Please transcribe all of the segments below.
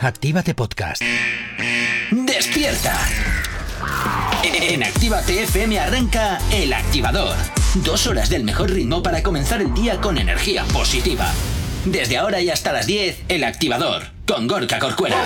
Actívate Podcast. ¡Despierta! En Actívate FM arranca El Activador. Dos horas del mejor ritmo para comenzar el día con energía positiva. Desde ahora y hasta las 10, El Activador, con Gorka Corcuera.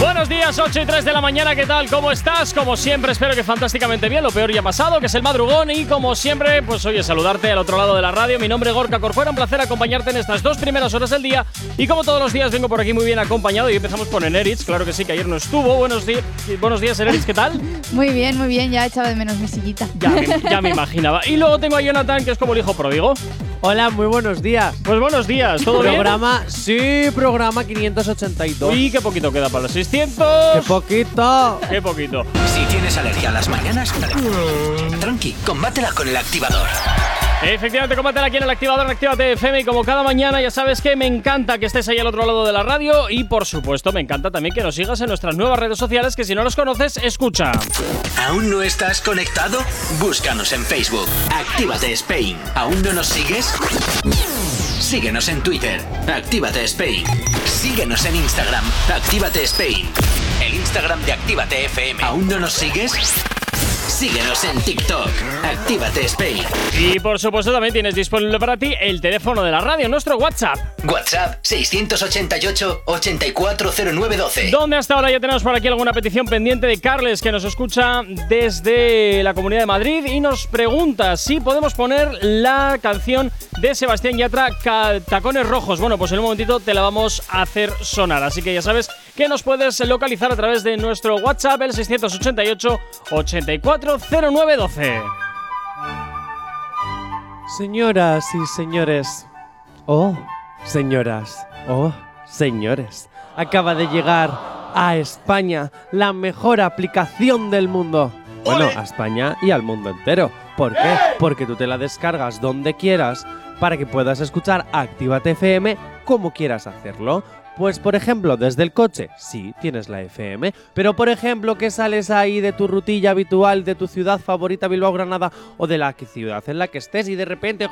Buenos días, 8 y 3 de la mañana, ¿qué tal? ¿Cómo estás? Como siempre, espero que fantásticamente bien. Lo peor ya ha pasado, que es el madrugón. Y como siempre, pues oye, saludarte al otro lado de la radio. Mi nombre es Gorka Corcuera, un placer acompañarte en estas dos primeras horas del día. Y como todos los días, vengo por aquí muy bien acompañado. Y empezamos con Eneritz, claro que sí, que ayer no estuvo. Buenos, di- buenos días, Eneritz, ¿qué tal? Muy bien, muy bien, ya he echado de menos mi sillita. Ya, me- ya me imaginaba. Y luego tengo a Jonathan, que es como el hijo pródigo. Hola, muy buenos días. Pues buenos días, ¿todo bien? programa, sí, programa 582. Uy, qué poquito queda para los 600. ¡Qué poquito! qué poquito. Si tienes alergia a las mañanas, tranqui, combátela con El Activador. Efectivamente, combátela aquí en el activador en Actívate FM y como cada mañana ya sabes que me encanta que estés ahí al otro lado de la radio y por supuesto me encanta también que nos sigas en nuestras nuevas redes sociales que si no los conoces, escucha. ¿Aún no estás conectado? Búscanos en Facebook. Actívate Spain. ¿Aún no nos sigues? Síguenos en Twitter. Actívate Spain. Síguenos en Instagram. Actívate Spain. El Instagram de Actívate FM. ¿Aún no nos sigues? Síguenos en TikTok. Actívate Spain. Y por supuesto también tienes disponible para ti el teléfono de la radio, nuestro WhatsApp, WhatsApp 688 840912. donde hasta ahora ya tenemos por aquí alguna petición pendiente de Carles que nos escucha desde la Comunidad de Madrid y nos pregunta si podemos poner la canción de Sebastián Yatra, Ca- Tacones Rojos. Bueno, pues en un momentito te la vamos a hacer sonar, así que ya sabes que nos puedes localizar a través de nuestro WhatsApp el 688 840912. Señoras y señores. Oh, señoras. Oh, señores. Acaba de llegar a España la mejor aplicación del mundo. Bueno, a España y al mundo entero. ¿Por ¡Eh! qué? Porque tú te la descargas donde quieras para que puedas escuchar Actívate FM como quieras hacerlo. Pues por ejemplo, desde el coche, sí, tienes la FM, pero por ejemplo que sales ahí de tu rutilla habitual, de tu ciudad favorita, Bilbao, Granada, o de la que- ciudad en la que estés y de repente...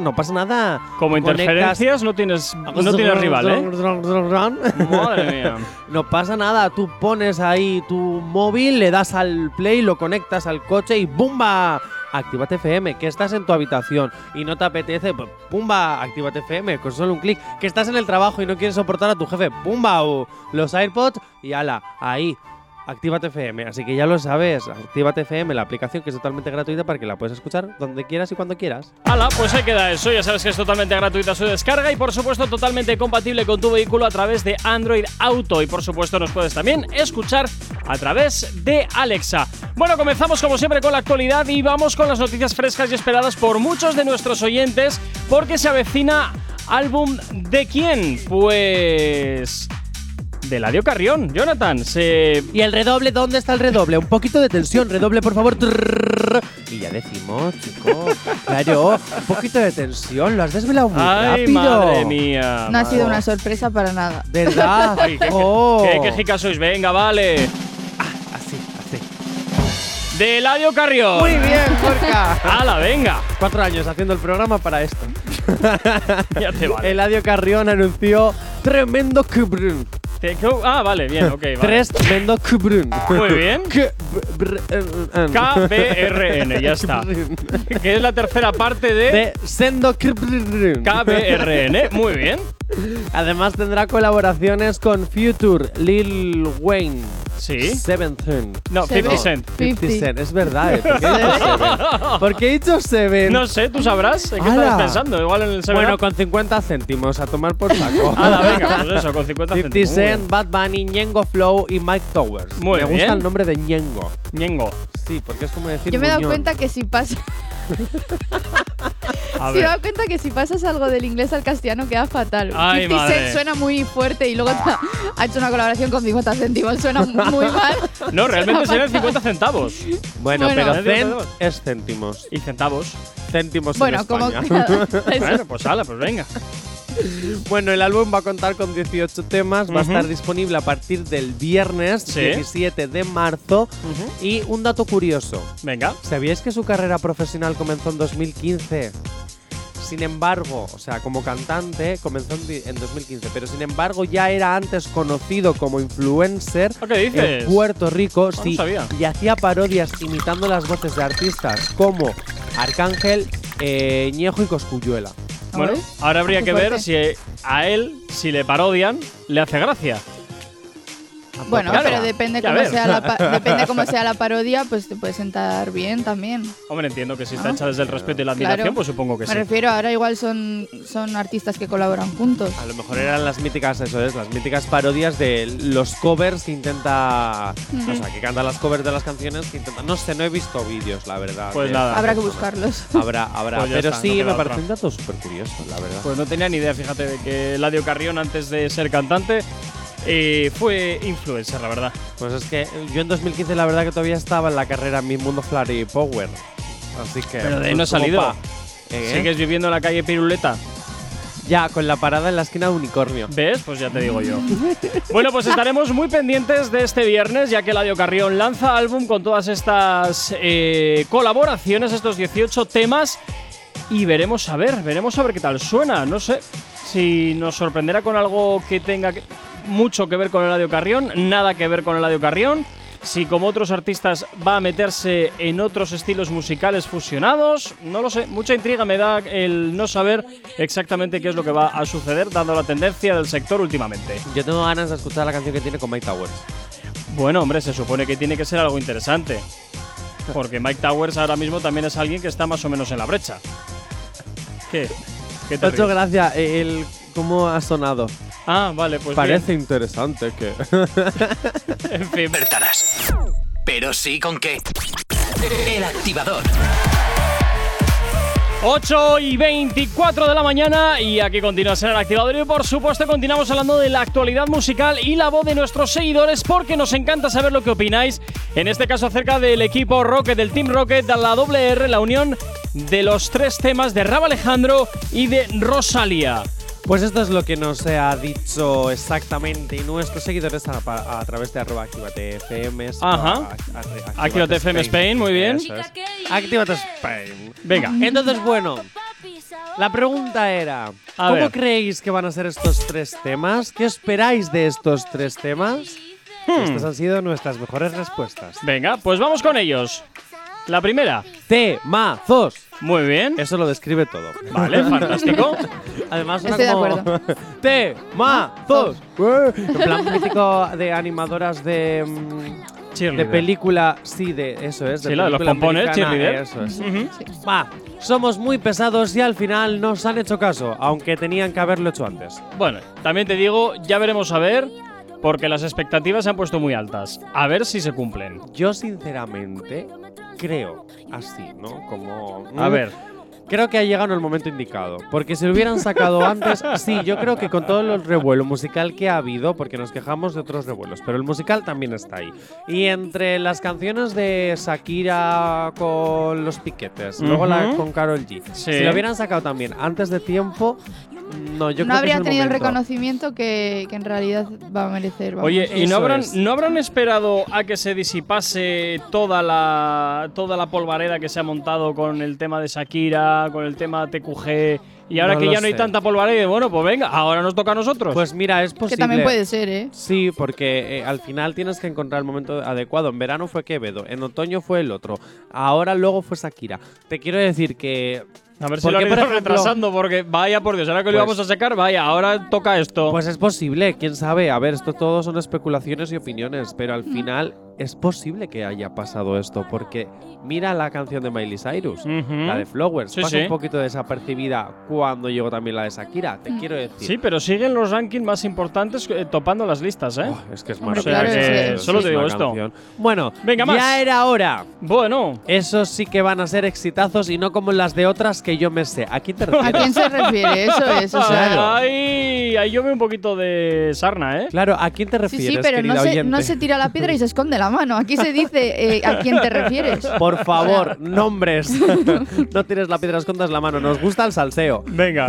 No pasa nada. Como interferencias no tienes, no tienes rival, ¿eh? ¿eh? Madre mía. No pasa nada, tú pones ahí tu móvil, le das al play, lo conectas al coche y ¡bumba! Actívate FM, que estás en tu habitación y no te apetece, pues, ¡pumba! Actívate FM, con solo un clic. Que estás en el trabajo y no quieres soportar a tu jefe, ¡pumba! O los AirPods y ala, ahí. Actívate FM, así que ya lo sabes, Actívate FM, la aplicación que es totalmente gratuita para que la puedes escuchar donde quieras y cuando quieras. Ala, pues ahí queda eso. Ya sabes que es totalmente gratuita su descarga y, por supuesto, totalmente compatible con tu vehículo a través de Android Auto. Y, por supuesto, nos puedes también escuchar a través de Alexa. Bueno, comenzamos como siempre con la actualidad y vamos con las noticias frescas y esperadas por muchos de nuestros oyentes porque se avecina álbum de quién? Pues. De Ladio Carrión, Jonathan. Se ¿Y el redoble? ¿Dónde está el redoble? Un poquito de tensión, redoble, por favor. Trrrrrr. Y ya decimos, chico. Claro, un poquito de tensión, lo has desvelado muy ¡Ay, rápido. madre mía! No ha sido madre. una sorpresa para nada. ¿Verdad? Ay, qué, oh. qué- qué jica sois! Venga, vale. Así, así. De Eladio Carrión. Muy bien, Jorka. ¡Hala, venga! Cuatro años haciendo el programa para esto. Ya te vale. Eladio Carrión anunció tremendo cubrun. Te- co- Ah, vale, bien, ok. Vale. Tres tremendo cubrun. Muy bien. KBRN, ya está. que es la tercera parte de De Sendo Cubrun. KBRN. Muy bien. Además tendrá colaboraciones con Future, Lil Wayne, Sí. Seventeen, No, Se ve. 50 Cent. 50 50. Cent. Es verdad, ¿eh? ¿Por qué he dicho Seven? ¿Por qué he dicho Seven? No sé, tú sabrás. ¿En qué Ala. estabas pensando? Igual en el Seven bueno, Up. con 50 céntimos, a tomar por saco. Hala, venga, pues eso, con 50 Cent. 50 Cent, Bad Bunny, Ñengo Flow y Mike Towers. Muy me bien. gusta el nombre de Ñengo. Ñengo. Sí, porque es como decir Yo me he dado Muñón. cuenta que si pasa, A sí me he ver. dado cuenta que si pasas algo del inglés al castellano queda fatal. Ay, 50 Cent madre. suena muy fuerte y luego ta- ha hecho una colaboración con 50 céntimos, suena muy mal. No, realmente Suena serían fatal. 50 centavos. Bueno, Bueno. pero Nadie cent lo sabe. es céntimos. Y centavos. Céntimos en Bueno, como España. Bueno, pues hala, pues venga. Bueno, el álbum va a contar con 18 temas, va a Ujú. estar disponible a partir del viernes Sí. 17 de marzo. Ujú. Y un dato curioso, Venga. ¿sabíais que su carrera profesional comenzó en 2015? sin embargo, o sea, como cantante comenzó en di- en 2015, pero sin embargo ya era antes conocido como influencer ¿Ah, qué dices? Oh, en Puerto Rico no sí, sabía. y hacía parodias imitando las voces de artistas como Arcángel, eh, Ñejo y Cosculluela. Bueno, ¿eh? Ay, ahora habría qué que ver fuerte. si a él, si le parodian, le hace gracia. Bueno, Claro. pero depende Ya cómo, ves. sea la pa- depende cómo sea la parodia, pues te puede sentar bien también. Hombre, entiendo que si está Ah. hecha desde el respeto y la Claro. admiración, pues supongo que Me sí. refiero, ahora igual son, son artistas que colaboran juntos. A lo mejor eran las míticas, eso es, las míticas parodias de los covers que intenta. O sea, que canta las covers de las canciones que intenta. No sé, no he visto vídeos, la verdad. Pues de- nada. Habrá que buscarlos. Habrá, habrá. Pues ya pero está, no sí, queda me otra. parece un dato súper curioso, la verdad. Pues no tenía ni idea, fíjate, de que Ladio Carrión, antes de ser cantante, eh, fue influencer, la verdad. Pues es que yo en 2015, la verdad, que todavía estaba en la carrera Mi Mundo Flare y Power. Así que. Pero de ahí pues no has como salido. pa. ¿Eh? ¿Sigues viviendo en la calle Piruleta? Ya, con la parada en la esquina de Unicornio. ¿Ves? Pues ya te digo yo. bueno, pues estaremos muy pendientes de este viernes, ya que Ladio Carrión lanza álbum con todas estas eh, colaboraciones, estos 18 temas, y veremos a ver, veremos a ver qué tal suena. No sé si nos sorprenderá con algo que tenga que- mucho que ver con el Ladio Carrión, nada que ver con el Ladio Carrión. Si como otros artistas va a meterse en otros estilos musicales fusionados, no lo sé, mucha intriga me da el no saber exactamente qué es lo que va a suceder, dando la tendencia del sector últimamente. Yo tengo ganas de escuchar la canción que tiene con Mike Towers. Bueno, hombre, se supone que tiene que ser algo interesante. Porque Mike Towers ahora mismo también es alguien que está más o menos en la brecha. ¿Qué? ¿Qué Te te ha hecho ríes? gracia el, cómo ha sonado. Ah, vale, pues Parece interesante que. bien. En fin. despertarás. Pero sí con qué. El activador. 8 y 24 de la mañana y aquí continúa Ser el activador y por supuesto continuamos hablando de la actualidad musical y la voz de nuestros seguidores porque nos encanta saber lo que opináis, en este caso acerca del equipo Rocket, del Team Rocket, de la doble R, la unión de los tres temas de Raba Alejandro y de Rosalía. Pues esto es lo que nos ha dicho exactamente nuestros seguidores a, pa- a través de arroba activate FM. Ajá. Actívate Activate FM Spain, muy bien. Eso es. Actívate Spain. Venga, Entonces, bueno, la pregunta era, ¿cómo ver. creéis que van a ser estos tres temas? ¿Qué esperáis de estos tres temas? Hmm. Estas han sido nuestras mejores respuestas. venga, pues vamos con ellos. La primera, Temazos. muy bien. Eso lo describe todo. Vale, fantástico. Además, Estoy de ¡Temazos! en plan mítico de animadoras de. mm, De Cheerleader. película, sí, de eso es. Sí, la de los película pompones, americana, cheerleader. Eso es. Ujú. Va, somos muy pesados y al final nos han hecho caso, aunque tenían que haberlo hecho antes. Bueno, también te digo, ya veremos a ver, porque las expectativas se han puesto muy altas. A ver si se cumplen. Yo, sinceramente, creo así, ¿no? Como. A mm, ver, Creo que ha llegado el momento indicado, porque si lo hubieran sacado antes, sí, yo creo que con todo el revuelo musical que ha habido, porque nos quejamos de otros revuelos, pero el musical también está ahí. Y entre las canciones de Shakira con los piquetes, luego la Ujú. con Carol G, Sí. si lo hubieran sacado también antes de tiempo, no, yo creo no habría que es el tenido el momento. reconocimiento que, que en realidad va a merecer. vamos. oye, ¿y eso no habrán, es. no habrán esperado a que se disipase toda la, toda la polvareda que se ha montado con el tema de Shakira, con el tema TQG, y ahora No que lo ya no hay sé. tanta polvareda, bueno, pues venga, ahora nos toca a nosotros. Pues mira, es que posible. también puede ser, ¿eh? Sí, porque eh, al final tienes que encontrar el momento adecuado. En verano fue Quevedo, en otoño fue el otro, ahora luego fue Shakira. Te quiero decir que a ver si ¿por lo han qué, ido por ejemplo- retrasando, porque vaya por Dios, ahora que lo Pues- íbamos a sacar, vaya, ahora toca esto. Pues es posible, quién sabe. A ver, esto todo son especulaciones y opiniones, pero Mm. al final es posible que haya pasado esto, porque mira la canción de Miley Cyrus, Ujú. la de Flowers, Sí, pasa sí. un poquito desapercibida cuando llegó también la de Shakira, Mm. te quiero decir. Sí, pero siguen los rankings más importantes eh, topando las listas, ¿eh? Oh, es que es Hombre, maravilloso. claro, es es que es solo te digo una esto. canción. Bueno, Venga, más. ya era hora. Bueno, Esos sí que van a ser exitazos y no como las de otras que yo me sé. ¿A quién te ¿A quién refieres? se refiere? Eso es. O sea, Claro. Ay, ahí yo veo un poquito de sarna, ¿eh? claro, ¿a quién te Sí, refieres? sí, pero no querida se, no oyente? se tira la piedra y se esconde la mano. Aquí se dice eh, a quién te refieres. Por favor, nombres. no tires la piedra escondas la mano. Nos gusta el salseo. Venga.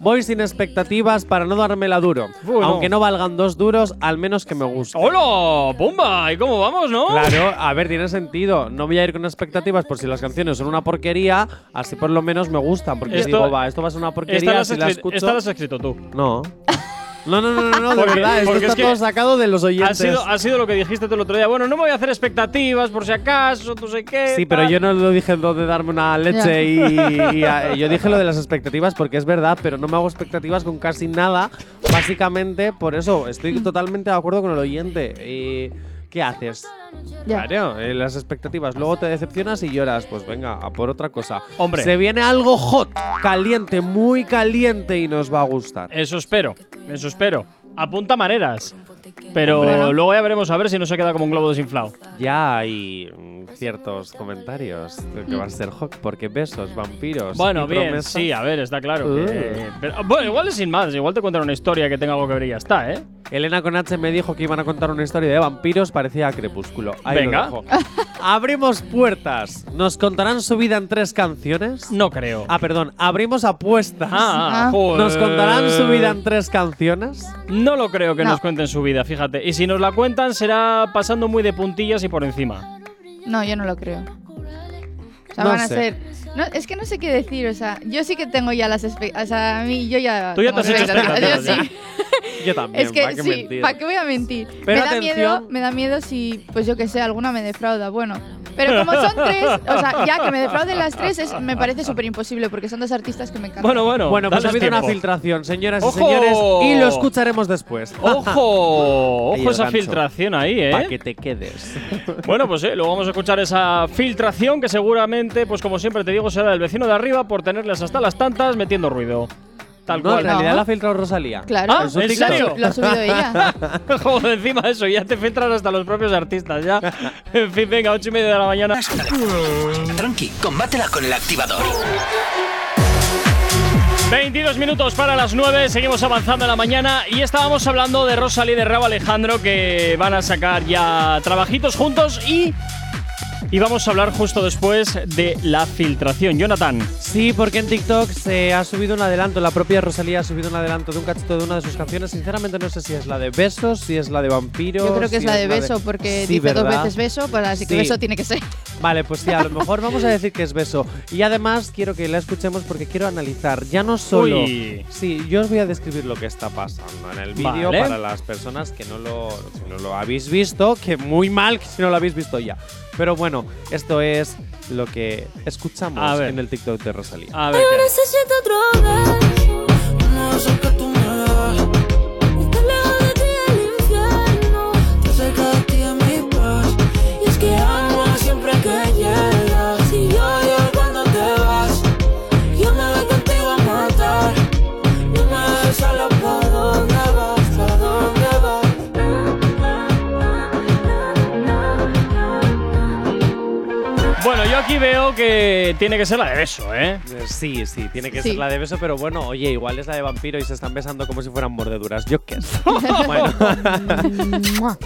Voy sin expectativas para no dármela duro. Bueno. ¡Oh! Aunque no valgan dos duros, al menos que me guste. ¡Hola! ¡Bomba! ¿Y cómo vamos, no? Claro, a ver, tiene sentido. No voy a ir con expectativas por si las canciones son una porquería, así por lo menos me gustan. Porque Esto- digo, va, esto va a ser una Esta la porquería, has, si la escri- escucho… esta la has escrito tú. No. No, no, no, no, no, de Porque- verdad. Esto porque está es que todo sacado de los Ha oyentes. sido, ha sido lo que dijiste tú el otro día. Bueno, no me voy a hacer expectativas por si acaso, tú sé qué. Sí, pero tal. yo no lo dije lo de darme una leche y, y a- yo dije lo de las expectativas porque es verdad, pero no me hago expectativas con casi nada. Básicamente, por eso estoy totalmente de acuerdo con el oyente. Y, ¿Qué haces? Ya. Claro, eh, las expectativas. Luego te decepcionas y lloras. Pues venga, a por otra cosa. Hombre. Se viene algo hot, caliente, muy caliente y nos va a gustar. Eso espero, eso espero. Apunta maneras. Pero Hombre. luego ya veremos a ver si no se queda como un globo desinflado. Ya hay mm, ciertos comentarios de que va a ser hot, porque besos, vampiros. Bueno, y bien, promesas- sí, a ver, está claro. que- Eh. pero- bueno, igual es sin más, igual te cuentan una historia que tenga algo que ver y ya está, ¿eh? Elena con H me dijo que iban a contar una historia de vampiros parecida a Crepúsculo. Ahí lo Venga. dejo. Abrimos puertas. ¿Nos contarán su vida en tres canciones? No creo. Ah, perdón. Abrimos apuestas. Ah, Pues Ah. joder. ¿Nos contarán su vida en tres canciones? No lo creo que No. nos cuenten su vida, fíjate. Y si nos la cuentan será pasando muy de puntillas y por encima. No, yo no lo creo. O sea, No van a sé. ser. No, es que no sé qué decir, o sea, yo sí que tengo ya las expectativas. O sea, a mí yo ya. Tú ya tengo te has hecho expectativas, expectativas, yo sí. Yo también. Es que ¿para qué sí, mentir? ¿para qué voy a mentir? Pero me da atención. miedo, me da miedo si, pues yo que sé, alguna me defrauda. Bueno, pero como son tres, o sea, ya que me defrauden las tres es- me parece súper imposible porque son dos artistas que me encantan. Bueno, bueno. Bueno, pues ha dales habido una tiempo. filtración, señoras ¡Ojo! y señores, y lo escucharemos después. Ojo, Ahí el ojo esa gancho. filtración ahí, ¿eh? Para que te quedes. Bueno, pues sí, luego vamos a escuchar esa filtración que seguramente, pues como siempre te digo, será del vecino de arriba por tenerles hasta las tantas metiendo ruido. Tal No, en cual. realidad No. la ha filtrado Rosalía. Claro, Ah, lo ¿en ha su- serio? lo ha subido ella. Joder, encima de eso, ya te filtran hasta los propios artistas, ya. En fin, venga, ocho y media de la mañana. Tranqui, combátela con el activador. 22 minutos para las 9, seguimos avanzando en la mañana y estábamos hablando de Rosalía y de Rabo Alejandro que van a sacar ya trabajitos juntos y. Y vamos a hablar justo después de la filtración. Jonathan. Sí, porque en TikTok se ha subido un adelanto, la propia Rosalía ha subido un adelanto de un cachito de una de sus canciones. Sinceramente no sé si es la de besos, si es la de vampiros. Yo creo que es si la de beso porque Sí, dice dos ¿verdad? veces beso, pues así que Sí. beso tiene que ser. Vale, pues sí, a lo mejor vamos a decir que es beso. Y además quiero que la escuchemos porque quiero analizar, ya no solo... Uy. Sí, yo os voy a describir lo que está pasando en el vídeo Vale. para las personas que no lo, si no lo habéis visto, que muy mal que si no lo habéis visto ya. Pero bueno, esto es lo que A escuchamos ver. en el TikTok de Rosalía. A ver. Ahora se siente otro beso. No sé que tú me das. Está lejos de ti el infierno. Te cerca de ti es mi paz. Y es que Te amo amo siempre que llegas. Si Yo yo, odio cuando te vas. yo me voy contigo a matar. No me dejes sola. ¿Para dónde vas? ¿Para dónde vas? Bueno, yo aquí veo que tiene que ser la de beso, ¿eh? Eh, Sí, sí, tiene que Sí. ser la de beso, pero bueno, oye, igual es la de vampiro y se están besando como si fueran mordeduras. Yo qué sé. bueno.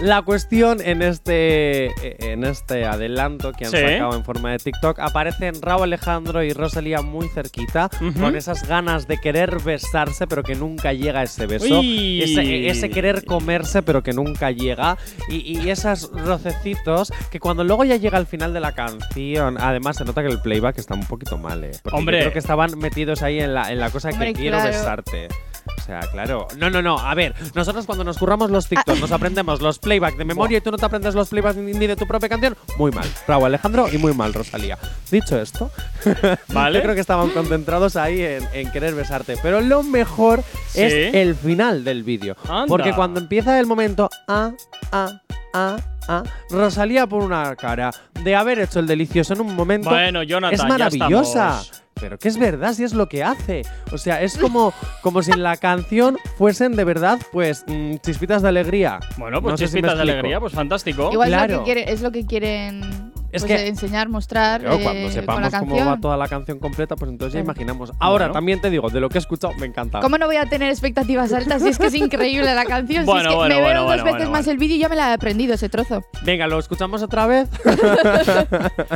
la cuestión en este, eh, en este adelanto que han Sí. sacado en forma de TikTok aparecen Raúl Alejandro y Rosalía muy cerquita, Ujú. con esas ganas de querer besarse, pero que nunca llega ese beso. Uy. Ese, eh, ese querer comerse, pero que nunca llega. Y, y esos rocecitos que cuando luego ya llega al final de la canción, además se nota que el playback está un poquito mal, ¿eh? Porque yo Hombre. creo que estaban metidos ahí en la, en la cosa Hombre, que quiero claro. besarte. O sea, claro. No, no, no. A ver, nosotros cuando nos curramos los Ah. TikTok, nos aprendemos los playback de memoria y tú no te aprendes los playback ni ni de tu propia canción. Muy mal, Raúl Alejandro, y muy mal, Rosalía. Dicho esto, Vale. yo creo que estaban concentrados ahí en, en querer besarte. Pero lo mejor es Sí. el final del vídeo. Anda. Porque cuando empieza el momento, ah, ah, ah, ah, Rosalía por una cara de haber hecho el delicioso en un momento. Bueno, Jonathan, es ya maravillosa. estamos. Pero que es verdad, si es lo que hace. O sea, es como, como si en la canción fuesen de verdad, pues, mm, chispitas de alegría. Bueno, pues No sé si me chispitas de explico. alegría, pues fantástico. Igual Claro. es, lo que quiere- es lo que quieren Es pues, que eh, enseñar, mostrar Claro, eh, cuando con la sepamos cómo canción. va toda la canción completa, pues entonces ya Claro. imaginamos. Ahora Bueno. también te digo, de lo que he escuchado, me encanta. ¿Cómo no voy a tener expectativas altas si es que es increíble la canción? si Bueno, es que bueno, me bueno, veo bueno, dos veces bueno, más bueno. el vídeo y ya me la he aprendido ese trozo. Venga, lo escuchamos otra vez.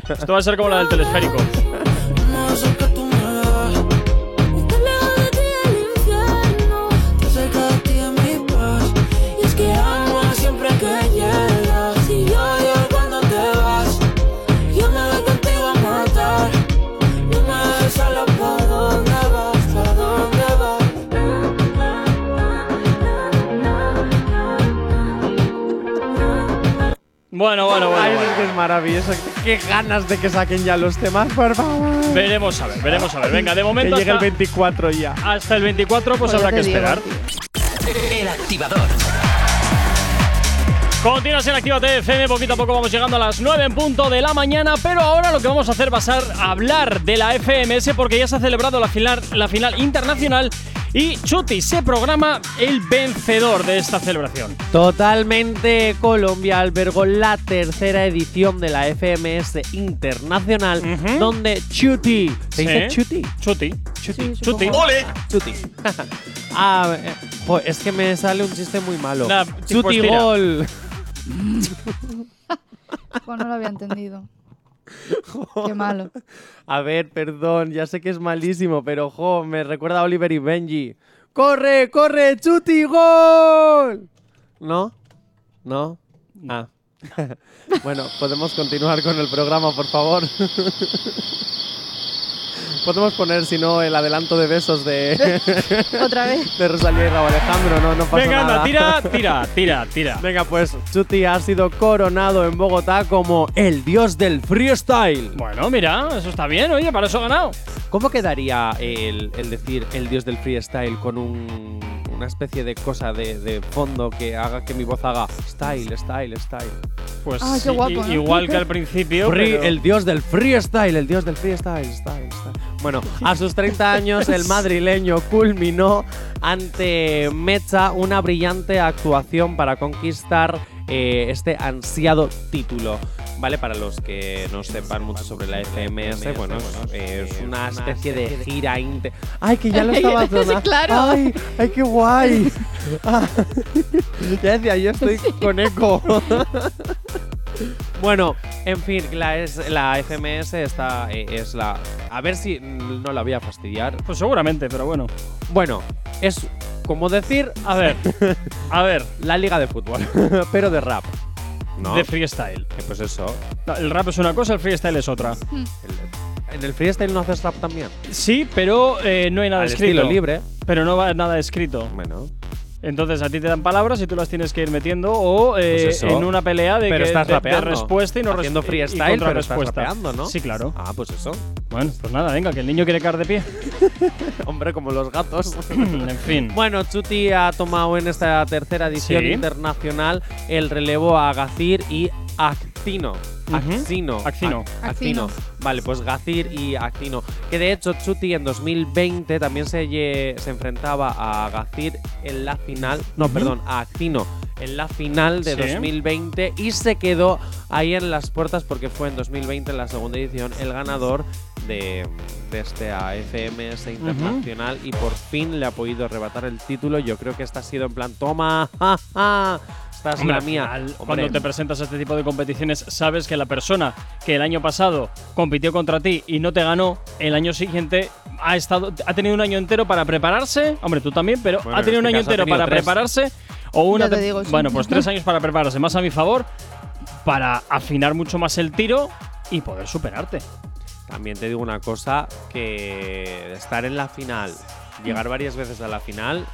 Esto va a ser como la del telesférico. No sé qué tú me das. Está lejos de ti el infierno. Te acerca de ti en mi paz. Y es que amo siempre que llegas. Si yo llego cuando te vas, yo me voy contigo a matar. No me dejes solo para dónde vas, para dónde vas. Bueno, bueno, Ay, bueno. es bueno. que es maravilloso. Qué ganas de que saquen ya los temas, por favor. Veremos a ver, veremos a ver. Venga, de que momento llegue el hasta, 24 ya. hasta el 24 pues Pues ya habrá te que digo, esperar. tío. El activador. Continuas en Actívate FM, poquito a poco vamos llegando a las 9 en punto de la mañana, pero ahora lo que vamos a hacer va a ser hablar de la FMS porque ya se ha celebrado la final, la final internacional y Chuti se programa el vencedor de esta celebración. Totalmente Colombia albergó la tercera edición de la FMS Internacional, Ujú. donde Chuti. ¿Se dice Sí. Chuti? Chuti. Chuti. Chuti. ¡Ole! Chuti. ah, eh, jo, es que me sale un chiste muy malo. Nah, sí, pues Chuti tira. Gol. Jo, no lo había entendido. Qué malo. A ver, perdón, ya sé que es malísimo, pero jo, me recuerda a Oliver y Benji. ¡Corre, corre, chuti, gol! ¿No? ¿No? Ah. bueno, podemos continuar con el programa, por favor. podemos poner, si no, el adelanto de besos de, Otra vez. de Rosalía y Raúl Alejandro. No, no pasa Venga, nada. anda, tira, tira, tira, tira. Venga, pues Chuti ha sido coronado en Bogotá como el dios del freestyle. Bueno, mira, eso está bien, oye, para eso ha ganado. ¿Cómo quedaría el, el decir el dios del freestyle con un- una especie de cosa de, de fondo que haga que mi voz haga style, style, style? Pues Ah, qué i- guapo, ¿no? igual que al principio. Free- pero- el dios del freestyle, el dios del freestyle, style, style. Bueno, a sus 30 años el madrileño culminó ante Mecha una brillante actuación para conquistar eh, este ansiado título. Vale, para los que no sepan mucho sobre la FMS, bueno, es, eh, es una especie de gira inter... ¡Ay, que ya lo estaba Sí, claro. ¡Ay, ay, qué guay! Ah, ya decía, yo estoy con eco. Bueno, en fin, la, es, la FMS está, eh, es la... A ver si mm, no la voy a fastidiar. Pues seguramente, pero bueno. Bueno, es como decir A ver, a ver, la liga de fútbol, pero de rap. ¿No? de freestyle. Eh, pues eso. No, El rap es una cosa, el freestyle es otra. El- en el freestyle no haces rap también. Sí, pero eh, no hay nada Al escrito. estilo libre. Pero no va nada escrito. Bueno. Entonces a ti te dan palabras y tú las tienes que ir metiendo o eh, Pues eso. en una pelea de, pero que- estás de- de rapeando. respuesta y no res- Haciendo y freestyle, pero estás contrarrespuesta. rapeando, ¿no? Sí, claro. Ah, pues eso. Bueno, pues nada, venga, que el niño quiere caer de pie. Hombre, como los gatos. en fin. Bueno, Chuti ha tomado en esta tercera edición Sí. internacional el relevo a Gacir y Actino. Ujú. Axino. Actino. Ac- Actino. Actino. Vale, pues Gacir y Actino. Que de hecho Chuti en 2020 también se, lle- se enfrentaba a Gacir en la final. No, Ujú. perdón, a Actino en la final de Sí. 2020 y se quedó ahí en las puertas porque fue en 2020, en la segunda edición, el ganador de, de este AFMS este internacional y por fin le ha podido arrebatar el título. Yo creo que esta ha sido en plan, toma, ja, ja, esta es Hombre, la al mía. final, Hombre, cuando te presentas a este tipo de competiciones, sabes que la persona que el año pasado compitió contra ti y no te ganó, el año siguiente ha estado, ha tenido un año entero para prepararse. Hombre, tú también, pero Bueno, ha en tenido un este año caso ha entero tenido para tres. prepararse o una. Ya te tem- digo, sí. Bueno, pues tres años para prepararse, más a mi favor, para afinar mucho más el tiro y poder superarte. También te digo una cosa, que estar en la final, llegar varias veces a la final,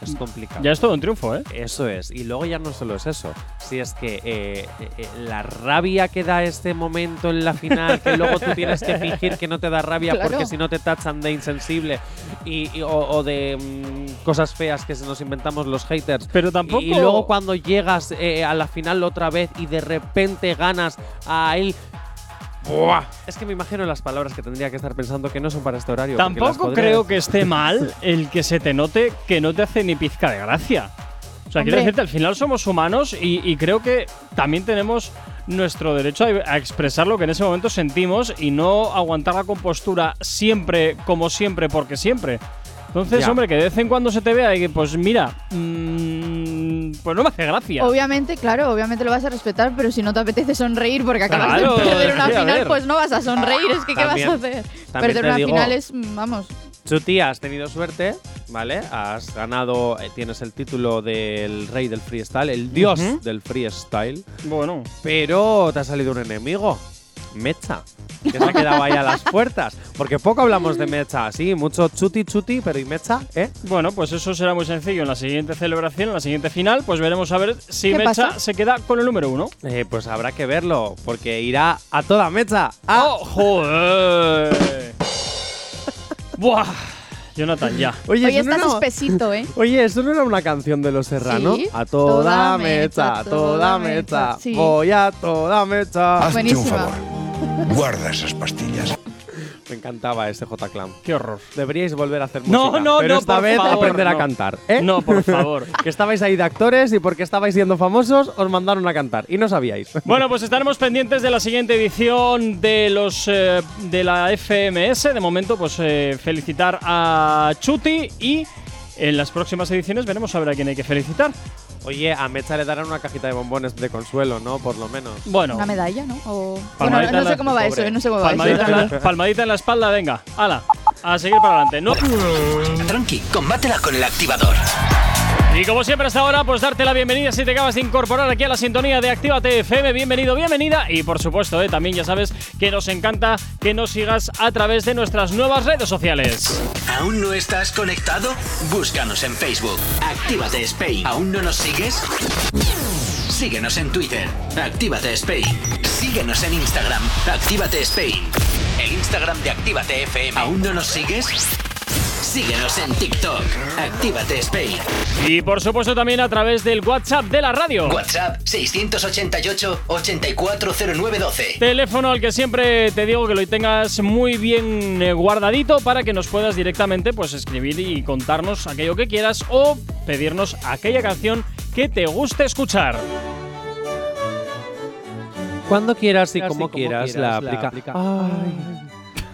es complicado. Ya es todo un triunfo, ¿eh? Eso es, y luego ya no solo es eso, si es que eh, eh, eh, la rabia que da este momento en la final, que luego tú tienes que fingir que no te da rabia Claro. porque si no te tachan de insensible y, y- o, o de mm, cosas feas que se nos inventamos los haters. Pero tampoco. Y luego cuando llegas eh, a la final otra vez y de repente ganas a él... ¡Buah! Es que me imagino las palabras que tendría que estar pensando que no son para este horario. porque las Tampoco podría creo decir. que esté mal el que se te note que no te hace ni pizca de gracia. O sea, quiero Hombre. decirte, al final somos humanos y, y creo que también tenemos nuestro derecho a a expresar lo que en ese momento sentimos y no aguantar la compostura siempre, como siempre, porque siempre. Entonces, Ya. hombre, que de vez en cuando se te vea y que, pues mira, mm, pues no me hace gracia. Obviamente, claro, obviamente lo vas a respetar, pero si no te apetece sonreír porque acabas Claro, de perder es una que, a final, ver. pues no vas a sonreír. Es que, ¿qué También- vas a hacer? también Perder te una digo- final es, mm, vamos, Chuti, has tenido suerte, ¿vale? Has ganado, eh, tienes el título del rey del freestyle, el dios Ujú. del freestyle, Bueno, pero te ha salido un enemigo, Mecha, que se ha quedado ahí a las puertas. Porque poco hablamos de Mecha, sí, mucho Chuti Chuti, pero ¿y Mecha? ¿Eh? bueno, pues eso será muy sencillo. En la siguiente celebración, en la siguiente final, pues veremos a ver si ¿Qué Mecha pasa? se queda con el número uno. Eh, pues habrá que verlo, porque irá a toda Mecha. ¡Ah! ¡Oh, joder! ¡Buah! Jonathan, ya. Oye, hoy eso no estás era- espesito, ¿eh? Oye, eso no era una canción de los Serrano. Sí. A toda Toda mecha, mecha, a toda toda mecha. mecha. Sí. Ah. Voy a toda mecha. Hazte un Buenísima. favor. Guarda esas pastillas. Me encantaba este J Clan. ¡Qué horror! Deberíais volver a hacer No, música. no, pero no, esta por vez favor, aprender a no. cantar, ¿eh? No, por favor. Que estabais ahí de actores y porque estabais siendo famosos os mandaron a cantar y no sabíais. Bueno, pues estaremos pendientes de la siguiente edición de los eh, de la FMS. De momento, pues eh, felicitar a Chuti y en las próximas ediciones veremos a ver a quién hay que felicitar. Oye, a Mecha le darán una cajita de bombones de consuelo, ¿no? Por lo menos. Bueno, Una medalla, ¿no? O- Bueno, Palmadita no en la- sé cómo va eso, pobre. ¿eh? No sé cómo va eso. palmadita en, la, palmadita en la espalda, venga, ala, a seguir para adelante. No. Tranqui, combátela con el activador. Y como siempre hasta ahora, pues darte la bienvenida si te acabas de incorporar aquí a la sintonía de Actívate FM. Bienvenido, bienvenida. Y por supuesto, eh, también ya sabes que nos encanta que nos sigas a través de nuestras nuevas redes sociales. ¿Aún no estás conectado? Búscanos en Facebook. Actívate Spain. ¿Aún no nos sigues? Síguenos en Twitter. Actívate Spain. Síguenos en Instagram. Actívate Spain. El Instagram de Actívate FM. ¿Aún no nos sigues? Síguenos en TikTok. Actívate Spain. Y por supuesto también a través del WhatsApp de la radio. WhatsApp 688 840912. Teléfono al que siempre te digo que lo tengas muy bien eh, guardadito para que nos puedas directamente pues escribir y contarnos aquello que quieras o pedirnos aquella canción que te guste escuchar. Cuando quieras y Quieras y como como quieras, quieras, la la aplica. aplica- Ay,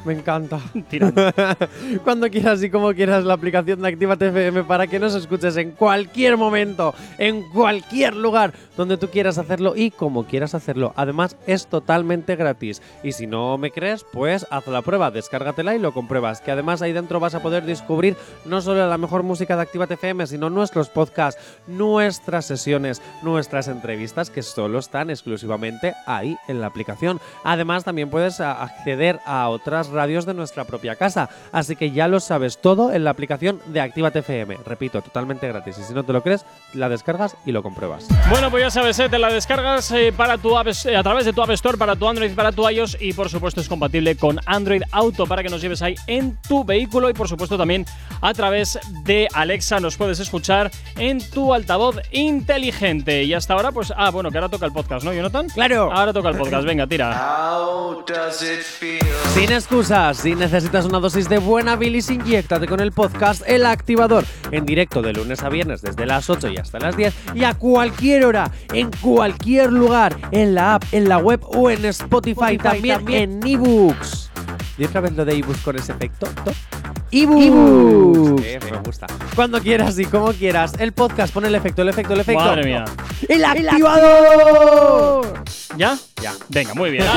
me encanta. Tirando. Cuando quieras y como quieras la aplicación de Actívate FM para que nos escuches en cualquier momento, en cualquier lugar, donde tú quieras hacerlo y como quieras hacerlo. Además, es totalmente gratis. Y si no me crees, pues haz la prueba, descárgatela y lo compruebas. Que además ahí dentro vas a poder descubrir no solo la mejor música de Actívate FM, sino nuestros podcasts, nuestras sesiones, nuestras entrevistas que solo están exclusivamente ahí en la aplicación. Además, también puedes a- acceder a otras radios de nuestra propia casa. Así que ya lo sabes todo en la aplicación de Actívate FM. Repito, totalmente gratis. Y si no te lo crees, la descargas y lo compruebas. Bueno, pues ya sabes, ¿eh? te la descargas eh, para tu App- eh, a través de tu App Store, para tu Android, para tu iOS y por supuesto es compatible con Android Auto para que nos lleves ahí en tu vehículo y por supuesto también a través de Alexa nos puedes escuchar en tu altavoz inteligente. Y hasta ahora, pues, ah, bueno, que ahora toca el podcast, ¿no, Jonathan? ¡Claro! Ahora toca el podcast, venga, tira. Sin excusas, si necesitas una dosis de buena bilis, inyectate con el podcast El Activador, en directo de lunes a viernes desde las 8 y hasta las 10 y a cualquier hora, en cualquier lugar, en la app, en la web o en Spotify, también, en ebooks. ¿Y otra vez lo de ebooks con ese efecto? ¿no? ¡Ebooks! Eh, me gusta. Cuando quieras y como quieras, el podcast pone el efecto, el efecto, el efecto. Madre mía. ¡El activador! ¿Ya? Ya. Venga, muy bien.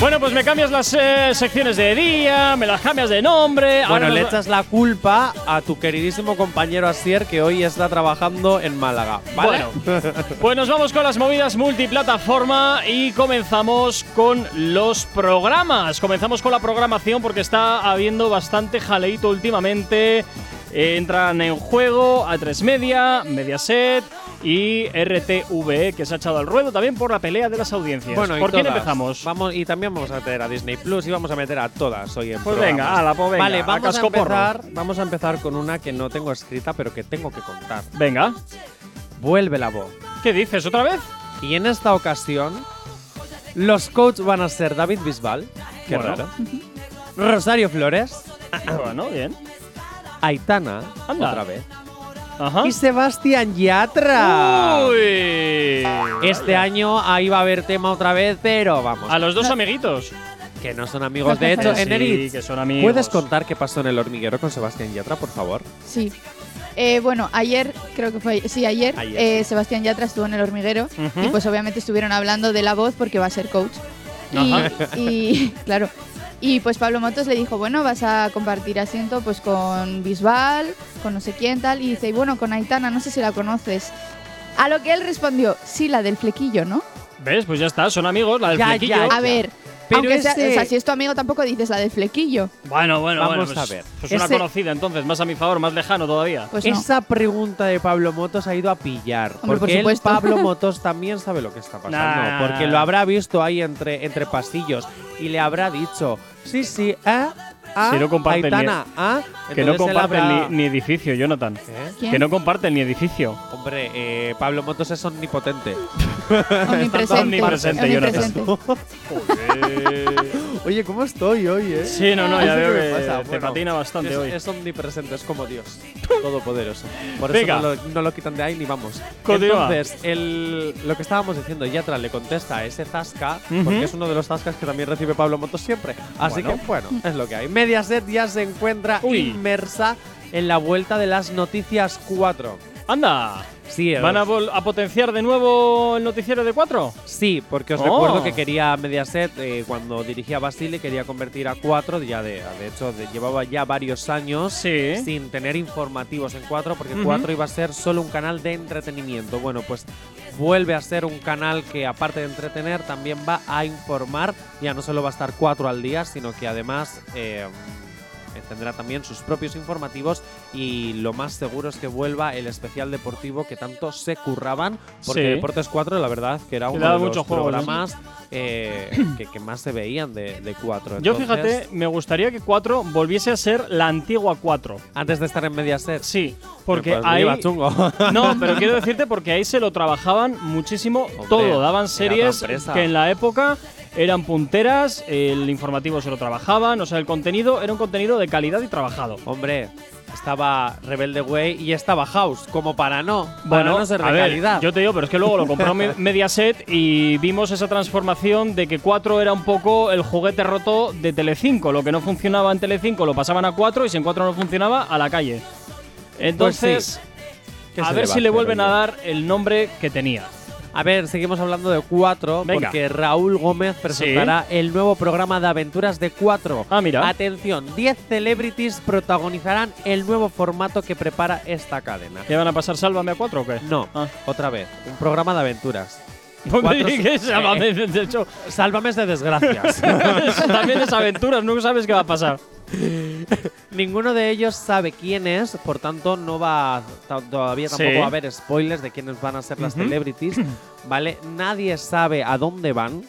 Bueno, pues me cambias las eh, secciones de día, me las cambias de nombre. Bueno, ahora le nos- echas la culpa a tu queridísimo compañero Asier, que hoy está trabajando en Málaga. ¿vale? Bueno, pues nos vamos con las movidas multiplataforma y comenzamos con los programas. Comenzamos con la programación porque está habiendo bastante jaleito últimamente. Eh, Entran en juego A3 Media, Mediaset y RTVE, E, que se ha echado al ruedo también por la pelea de las audiencias. y ¿Por quién todas. empezamos? Vamos, y también vamos a meter a Disney Plus y vamos a meter a todas hoy en Pues programas. venga, ala, pues venga, Vale, a vamos a, casco porro. empezar, vamos a empezar con una que no tengo escrita, pero que tengo que contar. Venga, Vuelve la voz. ¿qué dices? ¿Otra vez? Y en esta ocasión, los coaches van a ser David Bisbal, que Bueno. raro, Rosario Flores, bueno, bien. Aitana, Anda. otra vez, Ajá. y Sebastián Yatra. Uy. Este año ahí va a haber tema otra vez, pero vamos, A los dos amiguitos. que no son amigos. De hecho, Sí, en Eritz, que son amigos. ¿puedes contar qué pasó en el hormiguero con Sebastián Yatra, por favor? Sí. Eh, bueno, ayer, creo que fue, sí, ayer, Ayer, eh, Sebastián Yatra estuvo en el hormiguero Ujú. y pues obviamente estuvieron hablando de la voz porque va a ser coach. Y, y- claro, y pues Pablo Motos le dijo, bueno, vas a compartir asiento pues con Bisbal, con no sé quién tal, y dice, y bueno, con Aitana, no sé si la conoces. A lo que él respondió, sí, la del flequillo, ¿no? ¿Ves? Pues ya está, son amigos, la del Ya, flequillo. ya, A ver, Pero aunque sea, ese- o sea, si es tu amigo tampoco dices la del flequillo. Bueno, bueno, Vamos bueno, pues- a ver. Pues una Ese- conocida entonces, más a mi favor, más lejano todavía. Pues no. Esa pregunta de Pablo Motos ha ido a pillar. Hombre, por porque él, supuesto. Pablo Motos también sabe lo que está pasando. Nah. Porque lo habrá visto ahí entre, entre pasillos y le habrá dicho: Sí, sí, ah, ah, Si no comparten ni- Aitana, ah. que no Entonces él comparten habrá- ni, ni edificio, Jonathan. ¿Eh? ¿Quién? Que no comparten ni edificio. Hombre, eh, Pablo Motos es omnipotente. Omnipresente. Omnipresente, omnipresente. Oye, ¿cómo estoy hoy, eh? Eh. Sí, no, no, ya sé veo qué me que pasa. te Bueno, patina bastante es, hoy. Es omnipresente, es como Dios, todopoderoso. Por Venga. eso no lo, no lo quitan de ahí ni vamos. Continúa. Entonces, el- lo que estábamos diciendo, Yatra le contesta a ese Zasca, Ujú. porque es uno de los Zascas que también recibe Pablo Motos siempre. Así Bueno. que, bueno, es lo que hay. Mediaset ya se encuentra Uy. inmersa en la vuelta de las noticias 4. ¡Anda! Sí, eh, ¿Van a, vol- a potenciar de nuevo el noticiero de cuatro? Sí, porque os Oh. recuerdo que quería Mediaset, eh, cuando dirigía Basile, quería convertir a cuatro, ya de, de hecho de- llevaba ya varios años Sí. sin tener informativos en cuatro, porque ¿Eh? Ujú. cuatro iba a ser solo un canal de entretenimiento. Bueno, pues vuelve a ser un canal que aparte de entretener, también va a informar, ya no solo va a estar cuatro al día, sino que además... eh, tendrá también sus propios informativos y lo más seguro es que vuelva el especial deportivo que tanto se curraban porque Sí. Deportes 4 la verdad que era Que uno daba de los mucho juego, ¿no? programas eh, que, que más se veían de, de 4 Yo Entonces, fíjate, me gustaría que cuatro volviese a ser la antigua cuatro. antes de estar en Mediaset Sí, porque pues, me ahí. iba chungo No, pero quiero decirte porque ahí se lo trabajaban muchísimo todo. era Daban series otra empresa. que en la época eran punteras, el informativo se lo trabajaban, o sea, el contenido era un contenido de calidad y trabajado. hombre estaba Rebelde Way y estaba House como para no para Bueno, no ser de a ver, calidad yo te digo, pero es que luego lo compró Me- Mediaset y vimos esa transformación de que 4 era un poco el juguete roto de Telecinco. Lo que no funcionaba en Telecinco lo pasaban a 4 y si en 4 no funcionaba, a la calle. Entonces, ¿Qué a Pues se ver va si le hacer, vuelven a oye? dar el nombre que tenía. A ver, seguimos hablando de 4 Venga. porque Raúl Gómez presentará el nuevo programa de aventuras de 4. Ah, mira. Atención, 10 celebrities protagonizarán el nuevo formato que prepara esta cadena. ¿Qué van a pasar Sálvame a 4 o qué? No, Ah. otra vez, un programa de aventuras. Porque Cuatro- Eh. que Sálvame, de hecho, Sálvame de desgracias. también es aventuras, no sabes qué va a pasar. Ninguno de ellos sabe quién es, por tanto no va ta- todavía Sí. tampoco va a haber spoilers de quiénes van a ser las celebrities, ¿vale? Nadie sabe a dónde van.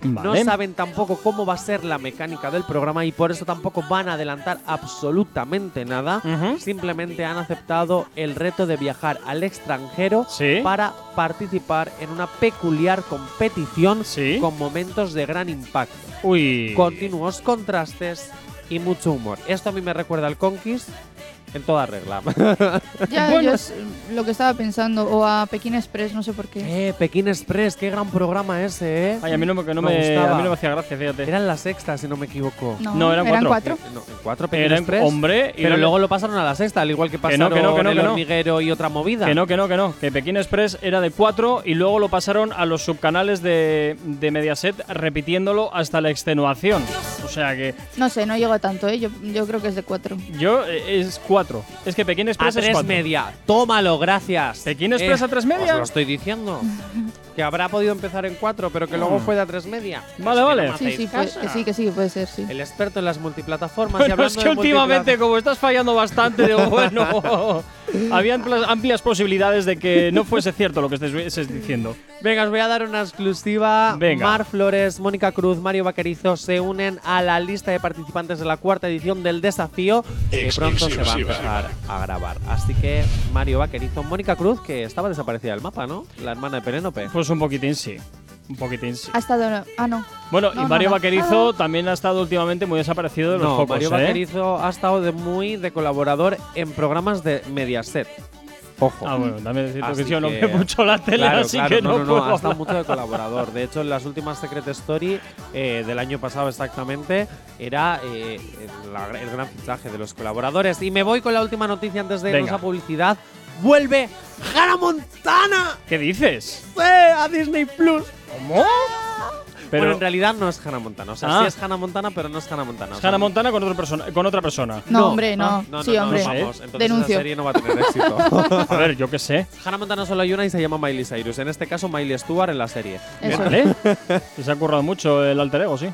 Vale. No saben tampoco cómo va a ser la mecánica del programa y por eso tampoco van a adelantar absolutamente nada. Ujú. Simplemente han aceptado el reto de viajar al extranjero Sí. para participar en una peculiar competición Sí. con momentos de gran impacto, Uy. continuos contrastes y mucho humor. Esto a mí me recuerda al Conquist en toda regla. Ya, Bueno. yo es lo que estaba pensando, o a Pekín Express, no sé por qué. eh, Pekín Express, qué gran programa ese, ¿eh? Ay, a mí no, me, que no Me me- a gustaba. mí no me hacía gracia, fíjate. Eran la sexta, si no me equivoco. No, No, eran cuatro. cuatro. Eh, no, en cuatro Pekín Era en- Express. hombre y Pero luego- luego lo pasaron a la sexta, al igual que Que no, pasaron que no, que no, el que no. hormiguero y otra movida. Que no, que no, que no. Que Pekín Express era de 4 y luego lo pasaron a los subcanales de, de Mediaset repitiéndolo hasta la extenuación. O sea que No sé, no llego a tanto, ¿eh? yo, yo creo que es de cuatro. yo eh, es 4. Es que Pekín A Express es tres 4. media. Tómalo, gracias. Eh, ¿Pekín Express a tres media? os lo estoy diciendo. que habrá podido empezar en cuatro, pero que luego fue de a tres media. Mm. Vale, Es que vale. no me Sí, hacéis sí, pues, caso. que sí, que sí, que puede ser, sí. El experto en las multiplataformas. y Bueno, hablando es que de últimamente, multipla- como estás fallando bastante, digo, bueno, había amplas, amplias posibilidades de que no fuese cierto lo que estés, estés diciendo. Venga, os voy a dar una exclusiva. Venga. Mar Flores, Mónica Cruz, Mario Vaquerizo se unen a la lista de participantes de la cuarta edición del desafío que pronto se va a Exclusiva. empezar a grabar. Así que Mario Vaquerizo, Mónica Cruz, que estaba desaparecida del mapa, ¿no? La hermana de Penélope. Pues un poquitín sí. Un poquitín sí. Ha estado. Ah, no. Bueno, No, y Mario nada. Vaquerizo también ha estado últimamente muy desaparecido de los no, focos, Mario ¿eh? Vaquerizo ha estado de muy de colaborador en programas de Mediaset. Ojo. Ah, bueno, también es cierto mm, Así que yo no que- veo mucho la tele, Claro, así claro, que no, puedo hasta hablar. mucho de colaborador. De hecho, en las últimas Secret Story eh, del año pasado exactamente, era eh, la- el gran fichaje de los colaboradores. Y me voy con la última noticia antes de irnos Venga. a publicidad. ¡Vuelve Hannah Montana! ¿Qué dices? ¡Sí! ¡Eh, A Disney Plus. ¿Cómo? Pero Pero- en realidad no es Hannah Montana. O sea, Ah. sí es Hannah Montana, pero no es Hannah Montana. O sea, Hannah Montana con, otra persona, con otra persona. No, No, hombre, no. ah, no, sí, no, no, hombre. vamos. Entonces Denuncio. esa serie no va a tener éxito. A ver, yo qué sé. Hannah Montana solo hay una y se llama Miley Cyrus. En este caso, Miley Stewart en la serie. Eso. ¿Vale? Se ha currado mucho el alter ego, sí.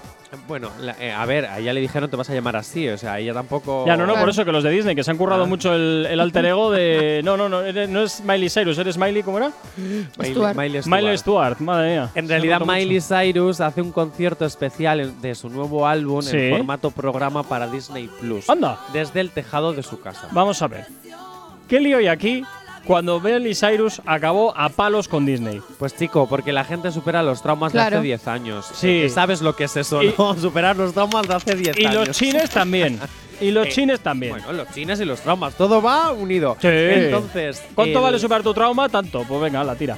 Bueno, la- eh, a ver, a ella le dijeron te vas a llamar así, o sea, ella tampoco. Ya, no, no, Claro. por eso que los de Disney, que se han currado Ah. mucho el, el alter ego de. No, no, no, eres- no es Miley Cyrus, eres Miley, ¿cómo era? Miley, Stuart. Miley Stewart. Miley Stewart, madre mía. En Se realidad, nota mucho. Miley Cyrus hace un concierto especial en- de su nuevo álbum Sí. en formato programa para Disney Plus. Anda. Desde el tejado de su casa. Vamos a ver. ¿Qué lío hay aquí cuando Miley Cyrus acabó a palos con Disney? Pues chico, porque la gente supera los traumas de Claro. hace 10 años. Sí. Que ¿Sabes lo que es eso, Y- no? Superar los traumas de hace 10 Y años. los chines también. Y los Eh, chines también. Bueno, los chines y los traumas, todo va unido. Sí. Entonces, ¿Cuánto el- vale superar tu trauma? Tanto. Pues venga, la tira.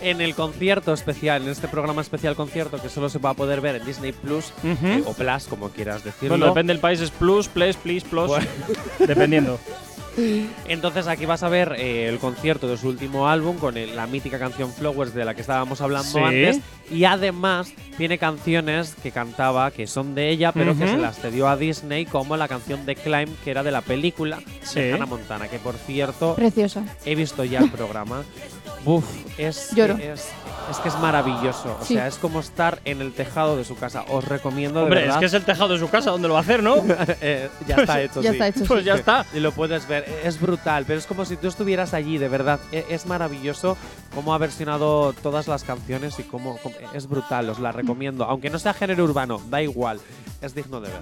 en el concierto especial, en este programa especial concierto que solo se va a poder ver en Disney Plus Ujú. eh, o Plus, como quieras decirlo. Bueno, depende del país, es plus, plus, please, plus. Bueno. Dependiendo. Entonces aquí vas a ver eh, el concierto de su último álbum con el- la mítica canción Flowers de la que estábamos hablando Sí. antes y además tiene canciones que cantaba que son de ella pero que Ujú. se las cedió a Disney como la canción de Climb que era de la película Sí. de Hannah Montana que por cierto Preciosa. he visto ya el programa. Buf, es, Lloro. es, es que es maravilloso. O Sí. sea, es como estar en el tejado de su casa. Os recomiendo, Hombre, de es verdad. que es el tejado de su casa donde lo va a hacer, ¿no? Eh, ya está hecho, ya sí. está hecho. Pues sí. ya está. Y lo puedes ver, es brutal, pero es como si tú estuvieras allí, de verdad. E- Es maravilloso cómo ha versionado todas las canciones y cómo, cómo- es brutal, os la recomiendo. Aunque no sea género urbano, da igual, es digno de ver.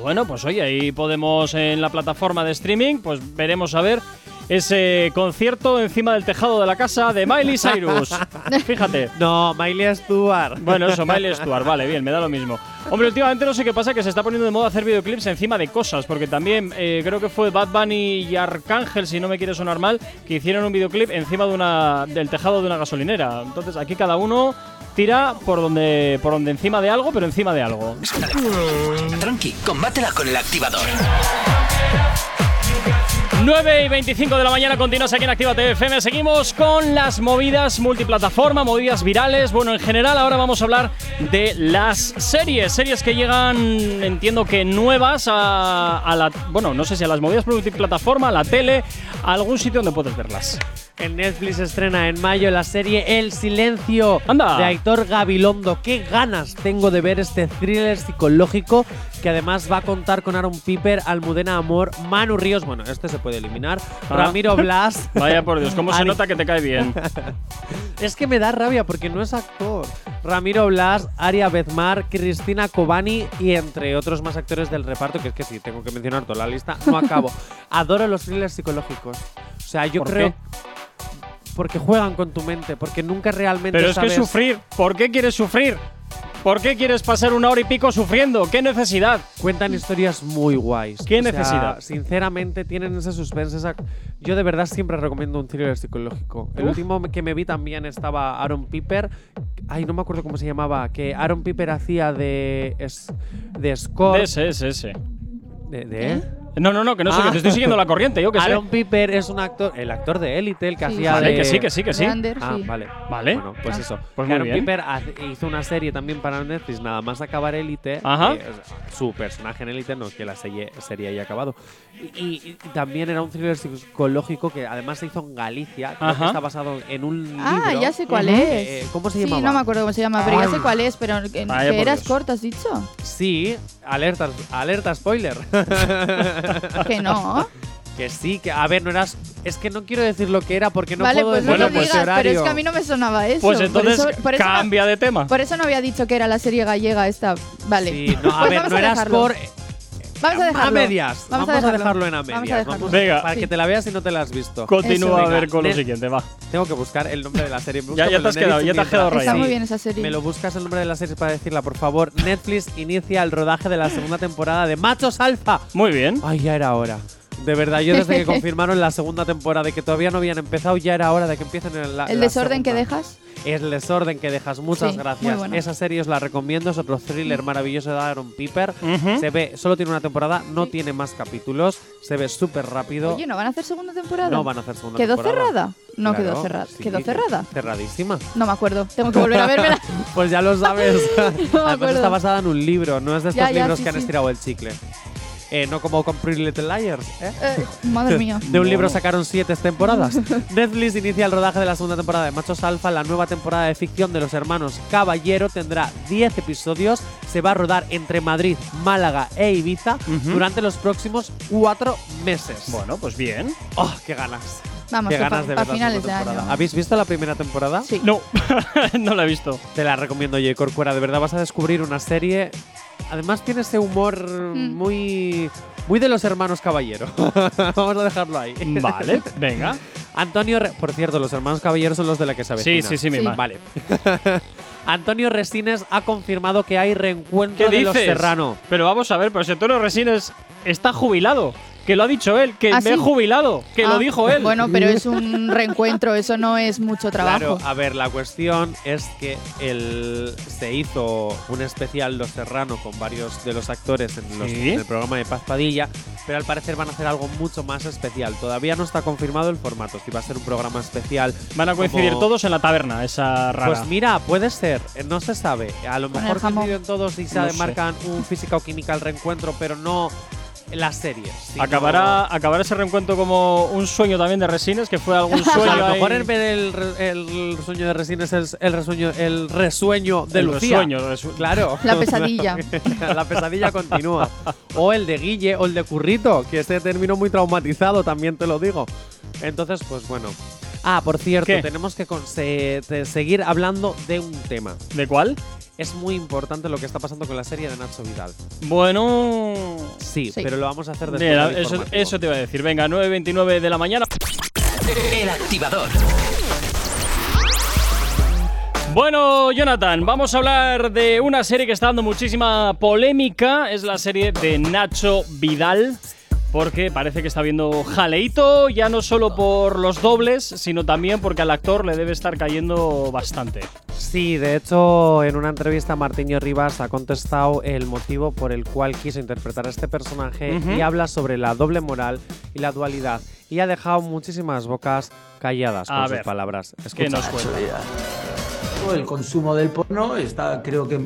Bueno, pues oye, ahí podemos en la plataforma de streaming, pues veremos a ver ese concierto encima del tejado de la casa de Miley Cyrus. Fíjate. No, Miley Stewart. Bueno, eso, Miley Stewart, vale, bien, me da lo mismo. Hombre, últimamente no sé qué pasa, que se está poniendo de moda hacer videoclips encima de cosas, porque también eh, creo que fue Bad Bunny y Arcángel, si no me quiere sonar mal, que hicieron un videoclip encima de una, del tejado de una gasolinera. Entonces aquí cada uno tira por donde, por donde encima de algo, pero encima de algo. Tranqui, combátela con el activador. 9 y 25 de la mañana continuas aquí en Activa FM. Seguimos con las movidas multiplataforma, movidas virales. Bueno, en general ahora vamos a hablar de las series. Series que llegan, entiendo que nuevas a, a la... Bueno, no sé si a las movidas multiplataforma, a la tele, a algún sitio donde puedes verlas. En Netflix estrena en mayo la serie El Silencio Anda. de Aitor Gabilondo. Qué ganas tengo de ver este thriller psicológico que además va a contar con Aaron Piper, Almudena Amor, Manu Ríos, bueno, este se puede eliminar, Ah. Ramiro Blas. Vaya por Dios, cómo se Ari- nota que te cae bien. Es que me da rabia porque no es actor. Ramiro Blas, Aria Bezmar, Cristina Cobani y entre otros más actores del reparto, que es que sí, tengo que mencionar toda la lista, no acabo. Adoro los thrillers psicológicos. O sea, yo ¿Por creo. qué? Porque juegan con tu mente, porque nunca realmente. Pero es que sabes- sufrir, ¿por qué quieres sufrir? ¿Por qué quieres pasar una hora y pico sufriendo? ¿Qué necesidad? Cuentan historias muy guays. Mm. ¿Qué O sea, necesidad? sinceramente, tienen ese suspense. esa- Yo de verdad siempre recomiendo un thriller psicológico. El Uf. último que me vi también estaba Aaron Piper. Ay, no me acuerdo cómo se llamaba. Que Aaron Piper hacía de. es- de Scott. De ese, ese, ese. ¿De, de- eh. No, no, no, que no sé, Ah. que te estoy siguiendo la corriente, yo que sé. Aaron Piper es un actor. El actor de Élite, el que Sí, hacía sí. Vale, de. que sí, que sí, que sí. Brander, Ah, sí. vale. Vale. Bueno, pues eso. Pues muy Aaron bien. Piper haz- hizo una serie también para Netflix, nada más acabar Élite. Ajá. eh, o sea, su personaje en Élite, no que la serie, serie haya acabado. Y, y- y también era un thriller psicológico que además se hizo en Galicia. creo que Ajá. está basado en un Ah, libro. ya sé cuál Ujú. es. Eh, ¿Cómo se sí, llamaba? Ah. no me acuerdo cómo se llama, pero ya Ay. sé cuál es, pero que, que Vaya por eras Dios. corto, has dicho. Sí, alerta, alerta spoiler. que no. que sí, que a ver, no eras. Es que no quiero decir lo que era porque no vale, puedo pues decir no Bueno, lo pues digas, pero es que a mí no me sonaba eso. Pues Por entonces eso- por eso no- cambia de tema. Por eso no había dicho que era la serie gallega esta. Vale. Sí, no, a Pues ver, vamos no a eras dejarlo. core. Vamos a dejarlo. medias. Vamos, a, dejarlo. en a medias. Vamos a dejarlo. Vamos- Venga. Para Sí. que te la veas si no te la has visto. Continúa Eso. a ver con lo Venga, de- siguiente, va. Tengo que buscar el nombre de la serie. Ya- ya te has quedado- ya te has quedado Está rayado. muy bien esa serie. Me lo buscas el nombre de la serie para decirla, por favor. Netflix inicia el rodaje de la segunda temporada de Machos Alfa. Muy bien. Ay, ya era hora. De verdad, yo desde que confirmaron la segunda temporada y que todavía no habían empezado, ya era hora de que empiecen en la. El la desorden que segunda. dejas. El desorden que dejas, muchas Sí, muy gracias. bueno. Mm. Esa serie os la recomiendo, es otro thriller maravilloso de Aaron Piper. Ujú. Se ve, solo tiene una temporada, no tiene más capítulos, se ve súper rápido. Oye, ¿no van a hacer segunda temporada? no van a hacer segunda ¿Quedó temporada. cerrada? No Claro, quedó cerrada. sí, ¿Quedó cerrada? Cerradísima. No me acuerdo. Tengo que volver a verla. Pues ya lo sabes. Además acuerdo. está basada en un libro, no es de estos Ya, ya, libros sí, que han sí. estirado el chicle. Eh, no como con Pretty Little Liars, ¿eh? Eh, madre mía. De un libro sacaron siete temporadas. Netflix inicia el rodaje de la segunda temporada de Machos Alfa. La nueva temporada de ficción de los hermanos Caballero tendrá 10 episodios. Se va a rodar entre Madrid, Málaga e Ibiza durante los próximos cuatro meses. Bueno, pues bien. ¡Oh, qué ganas! Vamos, qué que pa- ganas de pa ver la finales de segunda año, temporada. vamos. ¿Habéis visto la primera temporada? Sí. No, no la he visto. Te la recomiendo, Jay Corcuera. De verdad vas a descubrir una serie. Además, tiene ese humor Mm. muy. Muy de los hermanos caballero. Vamos a dejarlo ahí. Vale, venga. Antonio. Re- Por cierto, los hermanos caballero son los de la que se Sí, avecina. sí, sí, mi Sí. madre. Vale. Antonio Resines ha confirmado que hay reencuentro ¿Qué de los dices? Serrano. Pero vamos a ver, pero si Antonio Resines está jubilado, que lo ha dicho él, que ¿Ah, me sí? he jubilado, que Ah, lo dijo él. Bueno, pero es un reencuentro, eso no es mucho trabajo. Claro, a ver, la cuestión es que el, se hizo un especial Los Serrano con varios de los actores en, los- Sí. en el programa de Paz Padilla, pero al parecer van a hacer algo mucho más especial. Todavía no está confirmado el formato, si va a ser un programa especial. Van a coincidir como- todos en la taberna, esa rara. Pues mira, puede ser, eh, no se sabe. A lo Con el mejor jamón. coinciden todos y se No sé. marcan un física o química al reencuentro, pero no las series. sino- acabará, acabará ese reencuentro como un sueño también de Resines, que fue algún O sueño. sea, Pues a lo mejor ahí- en vez del re- el sueño de Resines es el resueño, el resueño de el Lucía. sueño, resu- Claro. La pesadilla. la pesadilla continúa. O el de Guille, o el de Currito, que este terminó muy traumatizado, también te lo digo. Entonces, pues bueno. Ah, por cierto, ¿Qué? tenemos que con- se- te- seguir hablando de un tema. ¿De cuál? Es muy importante lo que está pasando con la serie de Nacho Vidal. Bueno. Sí, Sí. pero lo vamos a hacer después. Mira, del eso, informativo. eso te iba a decir. Venga, 9.29 de la mañana. El activador. Bueno, Jonathan, vamos a hablar de una serie que está dando muchísima polémica. Es la serie de Nacho Vidal. Porque parece que está habiendo jaleito, ya no solo por los dobles, sino también porque al actor le debe estar cayendo bastante. Sí, de hecho, en una entrevista Martiño Rivas ha contestado el motivo por el cual quiso interpretar a este personaje Ujú. y habla sobre la doble moral y la dualidad. Y ha dejado muchísimas bocas calladas A con sus ver, palabras. ¿Qué Escucha. nos cuenta? El consumo del porno está, creo que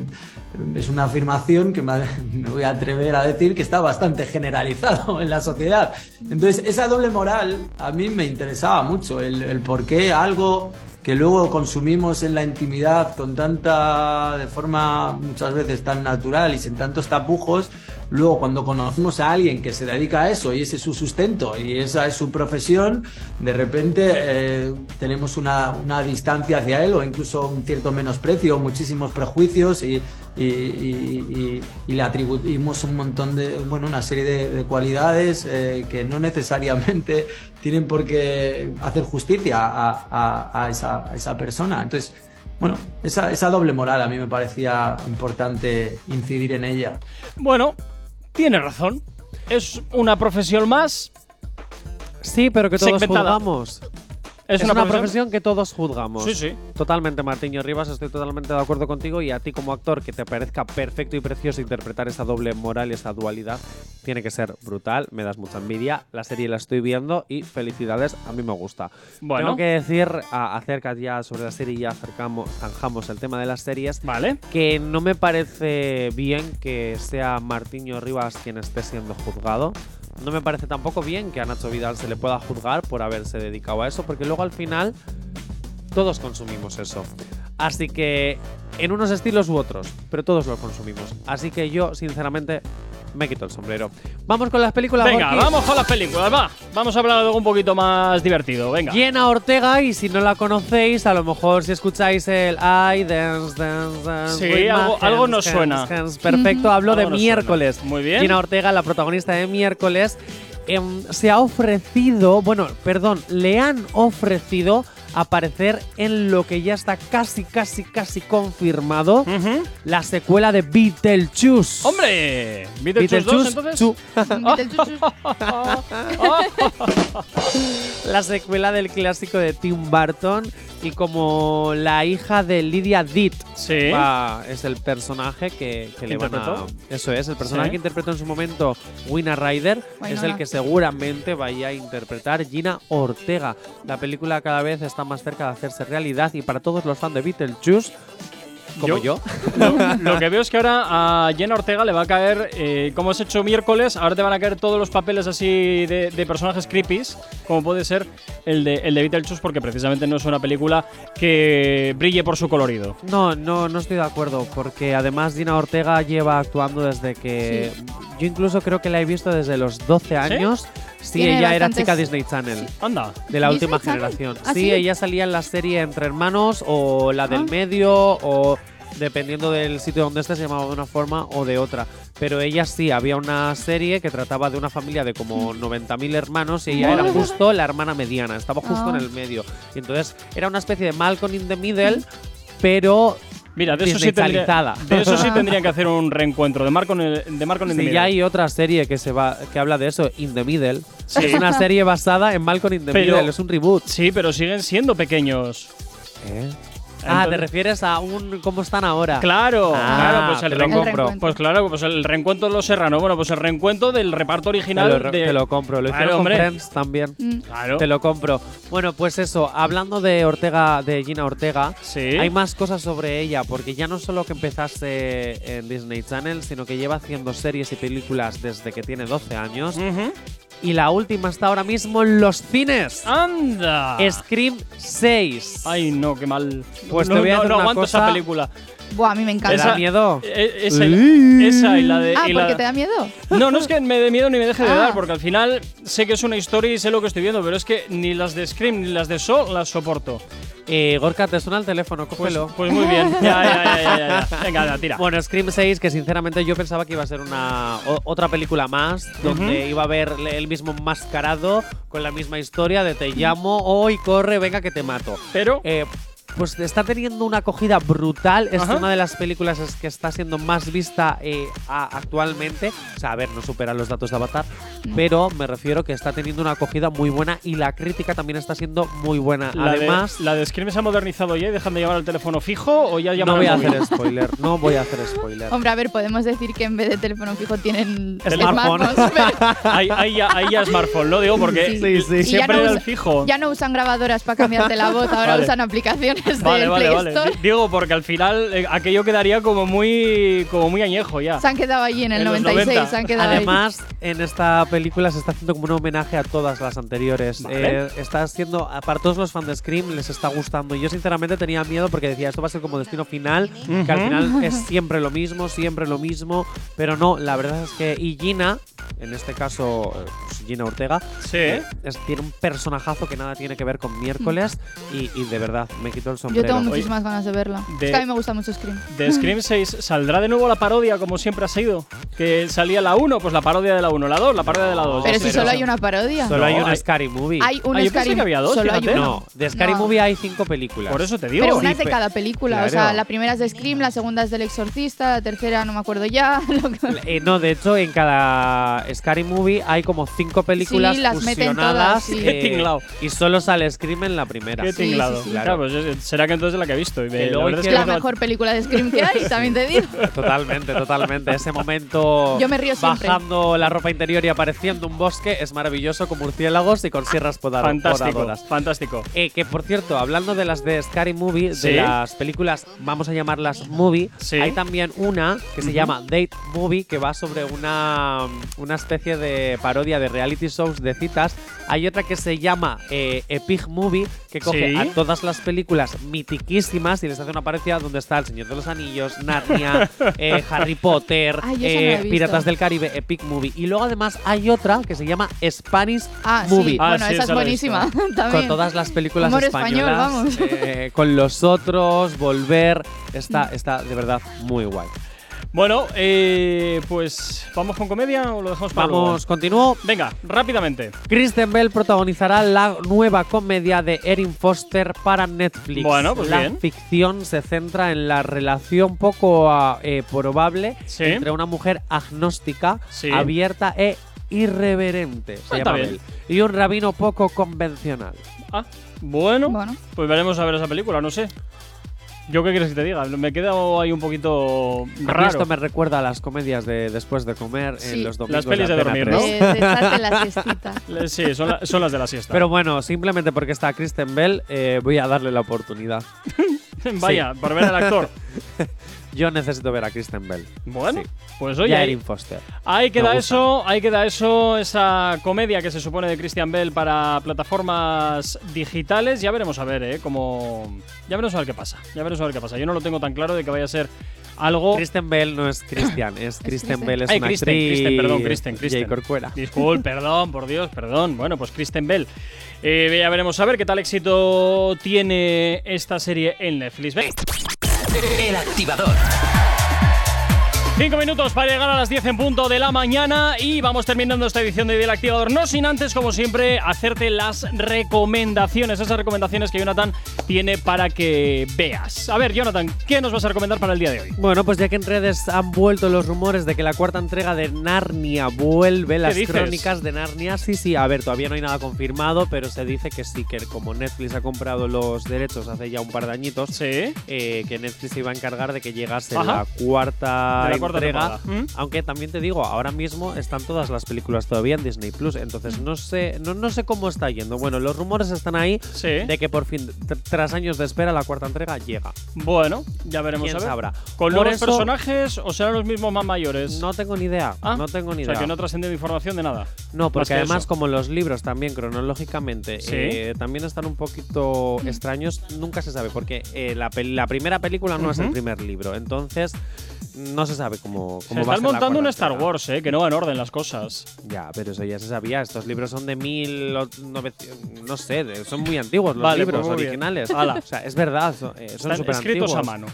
es una afirmación que me me voy a atrever a decir que está bastante generalizado en la sociedad. Entonces, esa doble moral a mí me interesaba mucho, el, el por qué algo que luego consumimos en la intimidad con tanta, de forma muchas veces tan natural y sin tantos tapujos, luego cuando conocemos a alguien que se dedica a eso y ese es su sustento y esa es su profesión, de repente eh, tenemos una, una distancia hacia él o incluso un cierto menosprecio, muchísimos prejuicios y, y- y- y- y le atribuimos un montón de, bueno, una serie de, de cualidades eh, que no necesariamente tienen por qué hacer justicia a, a- a esa, a esa persona. Entonces, bueno, esa, esa doble moral a mí me parecía importante incidir en ella. Bueno, tiene razón. Es una profesión más. Sí, pero que todos Segmentada. juzgamos. Es, una, profesión. que todos juzgamos. Sí, sí. Totalmente, Martiño Rivas, estoy totalmente de acuerdo contigo y a ti como actor que te parezca perfecto y precioso interpretar esa doble moral y esa dualidad, tiene que ser brutal, me das mucha envidia, la serie la estoy viendo y felicidades, a mí me gusta. Bueno. Tengo que decir a- acerca ya sobre la serie, ya acercamos, zanjamos el tema de las series, Vale. que no me parece bien que sea Martiño Rivas quien esté siendo juzgado. No me parece tampoco bien que a Nacho Vidal se le pueda juzgar por haberse dedicado a eso, porque luego al final todos consumimos eso. Así que en unos estilos u otros, pero todos lo consumimos. Así que yo, sinceramente, me quito el sombrero. Vamos con las películas. Venga, Gorky. vamos con las películas, va. Vamos a hablar de algo un poquito más divertido. Venga. Jenna Ortega, y si no la conocéis, a lo mejor si escucháis el I dance, dance, dance. Sí, with my algo- algo nos hands, suena. hands, hands". Perfecto, hablo Algo de nos miércoles. suena. Muy bien. Jenna Ortega, la protagonista de miércoles, em, se ha ofrecido, bueno, perdón, le han ofrecido aparecer en lo que ya está casi, casi, casi confirmado, Ujú. la secuela de Beetlejuice. Mm. ¡Hombre! ¿Beetlejuice 2 Beetlejuice entonces? chu. Beetlejuice. Oh. la secuela del clásico de Tim Burton y como la hija de Lydia Ditt Sí. va- es el personaje que, que le van a... ¿Eh? ¿Interpretó? Eso es, el personaje Sí. que interpretó en su momento Winona Ryder es el Winona. que seguramente vaya a interpretar Gina Ortega. La película cada vez está más cerca de hacerse realidad y para todos los fans de Beetlejuice, como Yo- yo, Lo, lo que veo es que ahora a Jenna Ortega le va a caer, eh, como has hecho miércoles, ahora te van a caer todos los papeles así de, de personajes creepies, como puede ser el de, el de Beetlejuice, porque precisamente no es una película que brille por su colorido. No, no, no estoy de acuerdo, porque además Dina Ortega lleva actuando desde que. Yo incluso creo que la he visto desde los 12 años. Sí, Tiene ella era bastantes- chica Disney Channel. Anda. De la ¿Disney última Channel? generación. ¿Ah, sí, sí? ella salía en la serie Entre Hermanos o la del Ah. medio o dependiendo del sitio donde estés se llamaba de una forma o de otra. Pero ella sí, había una serie que trataba de una familia de como 90.000 hermanos y ella era justo la hermana mediana, estaba justo Ah. en el medio. Y entonces era una especie de Malcolm in the Middle, pero Mira, de eso, sí tendría- Disneyzalizada. de eso sí tendrían que hacer un reencuentro, de Marco en el, de Marco en el Sí, medio. ya hay otra serie que se va que habla de eso, In the Middle. Sí. Es una serie basada en Malcolm in the Pero- Middle, es un reboot. Sí, pero siguen siendo pequeños. Ah, Entonces- te refieres a un cómo están ahora. Claro, Ah, claro, pues el, te lo reencuentro. compro. reencuentro. Pues claro, pues el reencuentro de los Serrano. Bueno, pues el reencuentro del reparto Te lo, original. de- te lo compro, lo Claro, hicieron con hombre. Friends también. Mm. Claro. Te lo compro. Bueno, pues eso, hablando de Ortega, de Gina Ortega, Sí. hay más cosas sobre ella, porque ya no solo que empezase en Disney Channel, sino que lleva haciendo series y películas desde que tiene 12 años, Ujú. y la última está ahora mismo en los cines. ¡Anda! Scream 6. Ah. Ay, no, qué mal. Pues no, te voy a no- hacer no una aguanto esa cosa- película. Buah, a mí me ¿Te encanta. da miedo? eh, E- esa, y la, esa y la de. Ah, y la- porque te da miedo. No, no es que me dé miedo ni me deje de Ah. dar, porque al final sé que es una historia y sé lo que estoy viendo, pero es que ni las de Scream ni las de Saw las soporto. Eh, Gorka, te suena el teléfono, Pues, cógelo. pues muy bien. Ya, ya, ya, ya, ya, ya. Venga, anda, tira. Bueno, Scream 6, que sinceramente yo pensaba que iba a ser una o- otra película más, donde iba a haber le- el mismo enmascarado con la misma historia de te llamo, hoy corre, venga que te mato. Pero. Eh, pues está teniendo una acogida brutal. Es Ajá. una de las películas es- que está siendo más vista eh, a- actualmente. O sea, a ver, no supera los datos de Avatar, pero me refiero que está teniendo una acogida muy buena y la crítica también está siendo muy buena. La Además, de, la de Scream se ha modernizado ya y dejan de llamar al teléfono fijo o ya llaman no voy al a móvil? hacer spoiler, no voy a hacer spoiler. Hombre, a ver, podemos decir que en vez de teléfono fijo tienen Smartphone. smartphones, pero- ahí, ahí ya, ahí ya smartphone, lo digo porque Sí, sí. Y ya siempre no era el usa- fijo. Ya no usan grabadoras para cambiarte la voz, ahora Vale. usan aplicaciones Vale, del vale, Play vale. Store. Di- Digo, porque al final eh, aquello quedaría como muy, como muy añejo ya. Se han quedado allí en el En los 96, 90. se han quedado ahí. Además, en esta película se está haciendo como un homenaje a todas las anteriores. Vale. Eh, está haciendo, a- para todos los fans de Scream, les está gustando. Yo sinceramente tenía miedo porque decía, esto va a ser como destino final, que al final es siempre lo mismo, siempre lo mismo. Pero no, la verdad es que, y Gina, en este caso eh, pues Gina Ortega, Sí. eh, es- tiene un personajazo que nada tiene que ver con miércoles y, y de verdad, me quitó el Yo sombrero. tengo muchísimas ganas de verla. de- Es que a mí me gusta mucho Scream. De Scream 6 saldrá de nuevo la parodia como siempre ha sido. Que salía la 1, pues la parodia de la 1, la 2, la parodia de la 2. Pero ya si está. solo hay una parodia. Solo hay No, un hay- Scary Movie. Hay un Ah, yo pensé Scary que había dos, solo hay fíjate. uno. no, de Scary No. Movie hay cinco películas. Por eso te digo. Pero una una Sí, es pues, de pe- cada película. O sea, claro. la primera es de Scream, la segunda es del Exorcista, la tercera no me acuerdo ya. lo que- Eh, no, de hecho, en cada Scary Movie hay como cinco películas Sí, las meten fusionadas todas, sí. eh, Qué tinglao. y solo sale Scream en la primera. Qué Sí, tinglado. sí, sí. Claro, pues, eh, será que entonces la que he visto. Y me- Que la luego verdad es hay que que- la me- mejor película de Scream que hay, también te digo. pues, Totalmente, totalmente. Ese momento Yo me río siempre. bajando la ropa interior y apareciendo un bosque es maravilloso con murciélagos y con sierras podar- Fantástico, podadoras. fantástico. Eh, que por cierto, hablando de las de Scary Movie, Sí. de las películas, vamos a llamarlas movie, Sí. hay también una que se llama Date Movie, que va sobre una, una especie de parodia de reality shows de citas. Hay otra que se llama eh, Epic Movie, que coge Sí. a todas las películas mitiquísimas y les hace una parodia donde está El Señor de los Anillos, Narnia, eh, Harry Potter, Ay, yo esa no la he eh, visto. Piratas del Caribe, Epic Movie. Y luego además hay otra que se llama Spanish Ah, sí. Movie. Ah, bueno, sí, esa es esa la he visto. buenísima. Con también. todas las películas Humor español, españolas. vamos. eh, con los otros, volver. Está, está de verdad muy guay. Bueno, eh, pues ¿vamos con comedia o lo dejamos para Vamos, luego? continúo. Venga, rápidamente. Kristen Bell protagonizará la nueva comedia de Erin Foster para Netflix. Bueno, pues la bien. ficción se centra en la relación poco ah, eh, probable Sí. entre una mujer agnóstica, Sí. abierta e irreverente, se Ah, está llama bien. Bell, y un rabino poco convencional. Ah, bueno, Bueno. pues veremos a ver esa película, no sé. ¿Yo qué quieres que te diga? Me he quedado ahí un poquito A mí raro. Esto me recuerda a las comedias de después de comer Sí. en los Las domingos. pelis de antena dormir, De, 3. ¿no? Eh, de echarte la siestita. Le- Sí, son, la- son las de la siesta. Pero bueno, simplemente porque está Kristen Bell, eh, voy a darle la oportunidad. Vaya, para ver al actor. Yo necesito ver a Kristen Bell. Bueno, Sí. pues y oye, a ahí, Erin Foster. ahí queda gusta. eso, ahí queda eso, esa comedia que se supone de Christian Bell para plataformas digitales. Ya veremos a ver, ¿eh? Como... Ya veremos a ver qué pasa. Ya veremos a ver qué pasa. Yo no lo tengo tan claro de que vaya a ser algo... Kristen Bell no es Christian, es Kristen Kristen. Bell es oh. Ay, una Kristen, actriz. Kristen, perdón, Kristen, Jay Kristen. Corcuera. Disculpe, perdón, por Dios, perdón. Bueno, pues Kristen Bell. Eh, ya veremos a ver qué tal éxito tiene esta serie en Netflix. Ve- El activador. Cinco minutos para llegar a las 10 en punto de la mañana y vamos terminando esta edición de Ideal Activador. No sin antes, como siempre, hacerte las recomendaciones, esas recomendaciones que Jonathan tiene para que veas. A ver, Jonathan, ¿qué nos vas a recomendar para el día de hoy? Bueno, pues ya que en redes han vuelto los rumores de que la cuarta entrega de Narnia vuelve, las dices? crónicas de Narnia, sí, sí, a ver, todavía no hay nada confirmado, pero se dice que sí, que como Netflix ha comprado los derechos hace ya un par de añitos, Sí. eh, que Netflix se iba a encargar de que llegase Ajá. la cuarta De la cuarta entrega. temporada. ¿Mm? Aunque también te digo, ahora mismo están todas las películas todavía en Disney Plus, Mm. entonces no sé, no, no sé cómo está yendo. Bueno, los rumores están ahí Sí. de que por fin, tr- tras años de espera, la cuarta entrega llega. Bueno, ya veremos ¿Quién a ver. sabrá? ¿Con Por nuevos eso- personajes o serán los mismos más mayores? No tengo ni idea, Ah, no tengo ni o idea. sea, que no ha trascendido información de nada. No, Más que porque además, eso. como los libros también cronológicamente Sí. eh, también están un poquito extraños, nunca se sabe, porque eh, la, pel- la primera película no es el Ujú. primer libro, entonces no se sabe cómo, Se cómo va están a ser la montando un cuarta Star entrega. Wars, eh, que no va en orden las cosas. Ya, pero eso ya se sabía, estos libros son de 1900, no sé, de- son muy antiguos los Vale, libros pues muy bien. originales. Ala. O sea, es verdad, son, eh, son Están superantiguos. escritos a mano.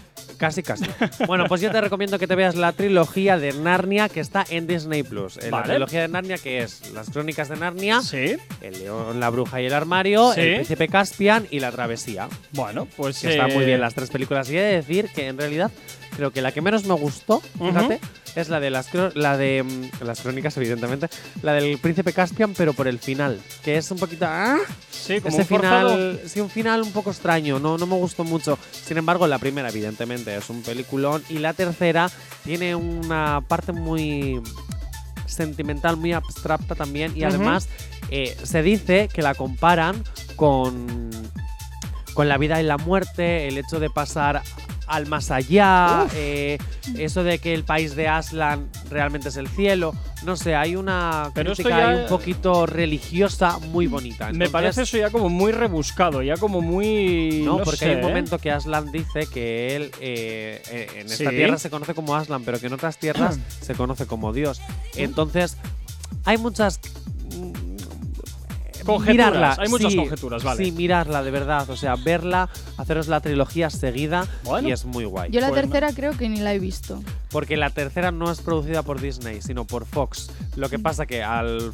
Casi, casi. bueno, pues yo te recomiendo que te veas la trilogía de Narnia que está en Disney Plus. Eh, La Vale. trilogía de Narnia que es Las Crónicas de Narnia, Sí. El León, la Bruja y el Armario, Sí. El Príncipe Caspian y La Travesía. Bueno, pues. Que están muy eh, bien las tres películas. Y he de decir que en realidad creo que la que menos me gustó, fíjate, es la de las cro- la de mm, las crónicas, evidentemente, la del Príncipe Caspian, pero por el final, que es un poquito. ¡ah! Sí, como Ese un forzado. final, sí, un final un poco extraño, no, no me gustó mucho. Sin embargo, la primera, evidentemente, es un peliculón. Y la tercera tiene una parte muy sentimental, muy abstracta también. Y Ujú. además, eh, se dice que la comparan con, con la vida y la muerte, el hecho de pasar al más allá, eh, eso de que el país de Aslan realmente es el cielo. No sé, hay una Pero esto crítica ahí ya- un poquito religiosa muy bonita. Me Entonces, parece eso ya como muy rebuscado, ya como muy. no, porque sé, hay un ¿eh? momento que Aslan dice que él eh, eh, en esta Sí. tierra se conoce como Aslan, pero que en otras tierras se conoce como Dios. Entonces, hay muchas. mm, Conjeturas, mirarla, hay muchas sí, conjeturas, vale. Sí, mirarla de verdad, o sea, verla, haceros la trilogía seguida Bueno. y es muy guay. Yo la Pues no. tercera creo que ni la he visto. Porque la tercera no es producida por Disney, sino por Fox. Lo que pasa que al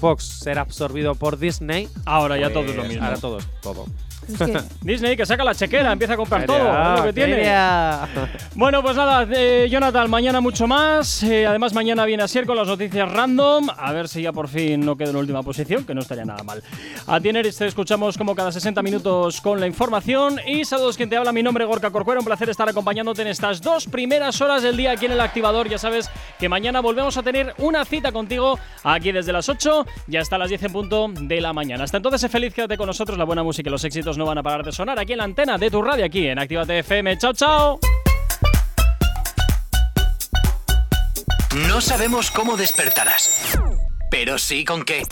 Fox ser absorbido por Disney, Ahora ya todo pues, es lo mismo. Ahora todo es todo. Es que Disney que saca la chequera, empieza a comprar todo, Feria, es lo que tiene. feria. Bueno, pues nada, eh, Jonathan, mañana mucho más. Eh, además, mañana viene a ser con las noticias random. A ver si ya por fin no queda en última posición, que no estaría nada mal. A ti, Neris, te escuchamos como cada 60 minutos con la información. Y saludos, quien te habla. Mi nombre es Gorka Corcuera. Un placer estar acompañándote en estas dos primeras horas del día aquí en el Activador. Ya sabes que mañana volvemos a tener una cita contigo aquí desde las 8 y hasta las 10 en punto de la mañana. Hasta entonces, sé feliz, quédate con nosotros. La buena música y los éxitos no van a parar de sonar aquí en la antena de tu radio, aquí en Actívate FM. ¡Chao, chao! No sabemos cómo despertarás, pero sí con qué.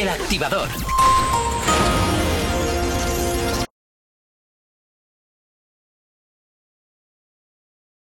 El activador.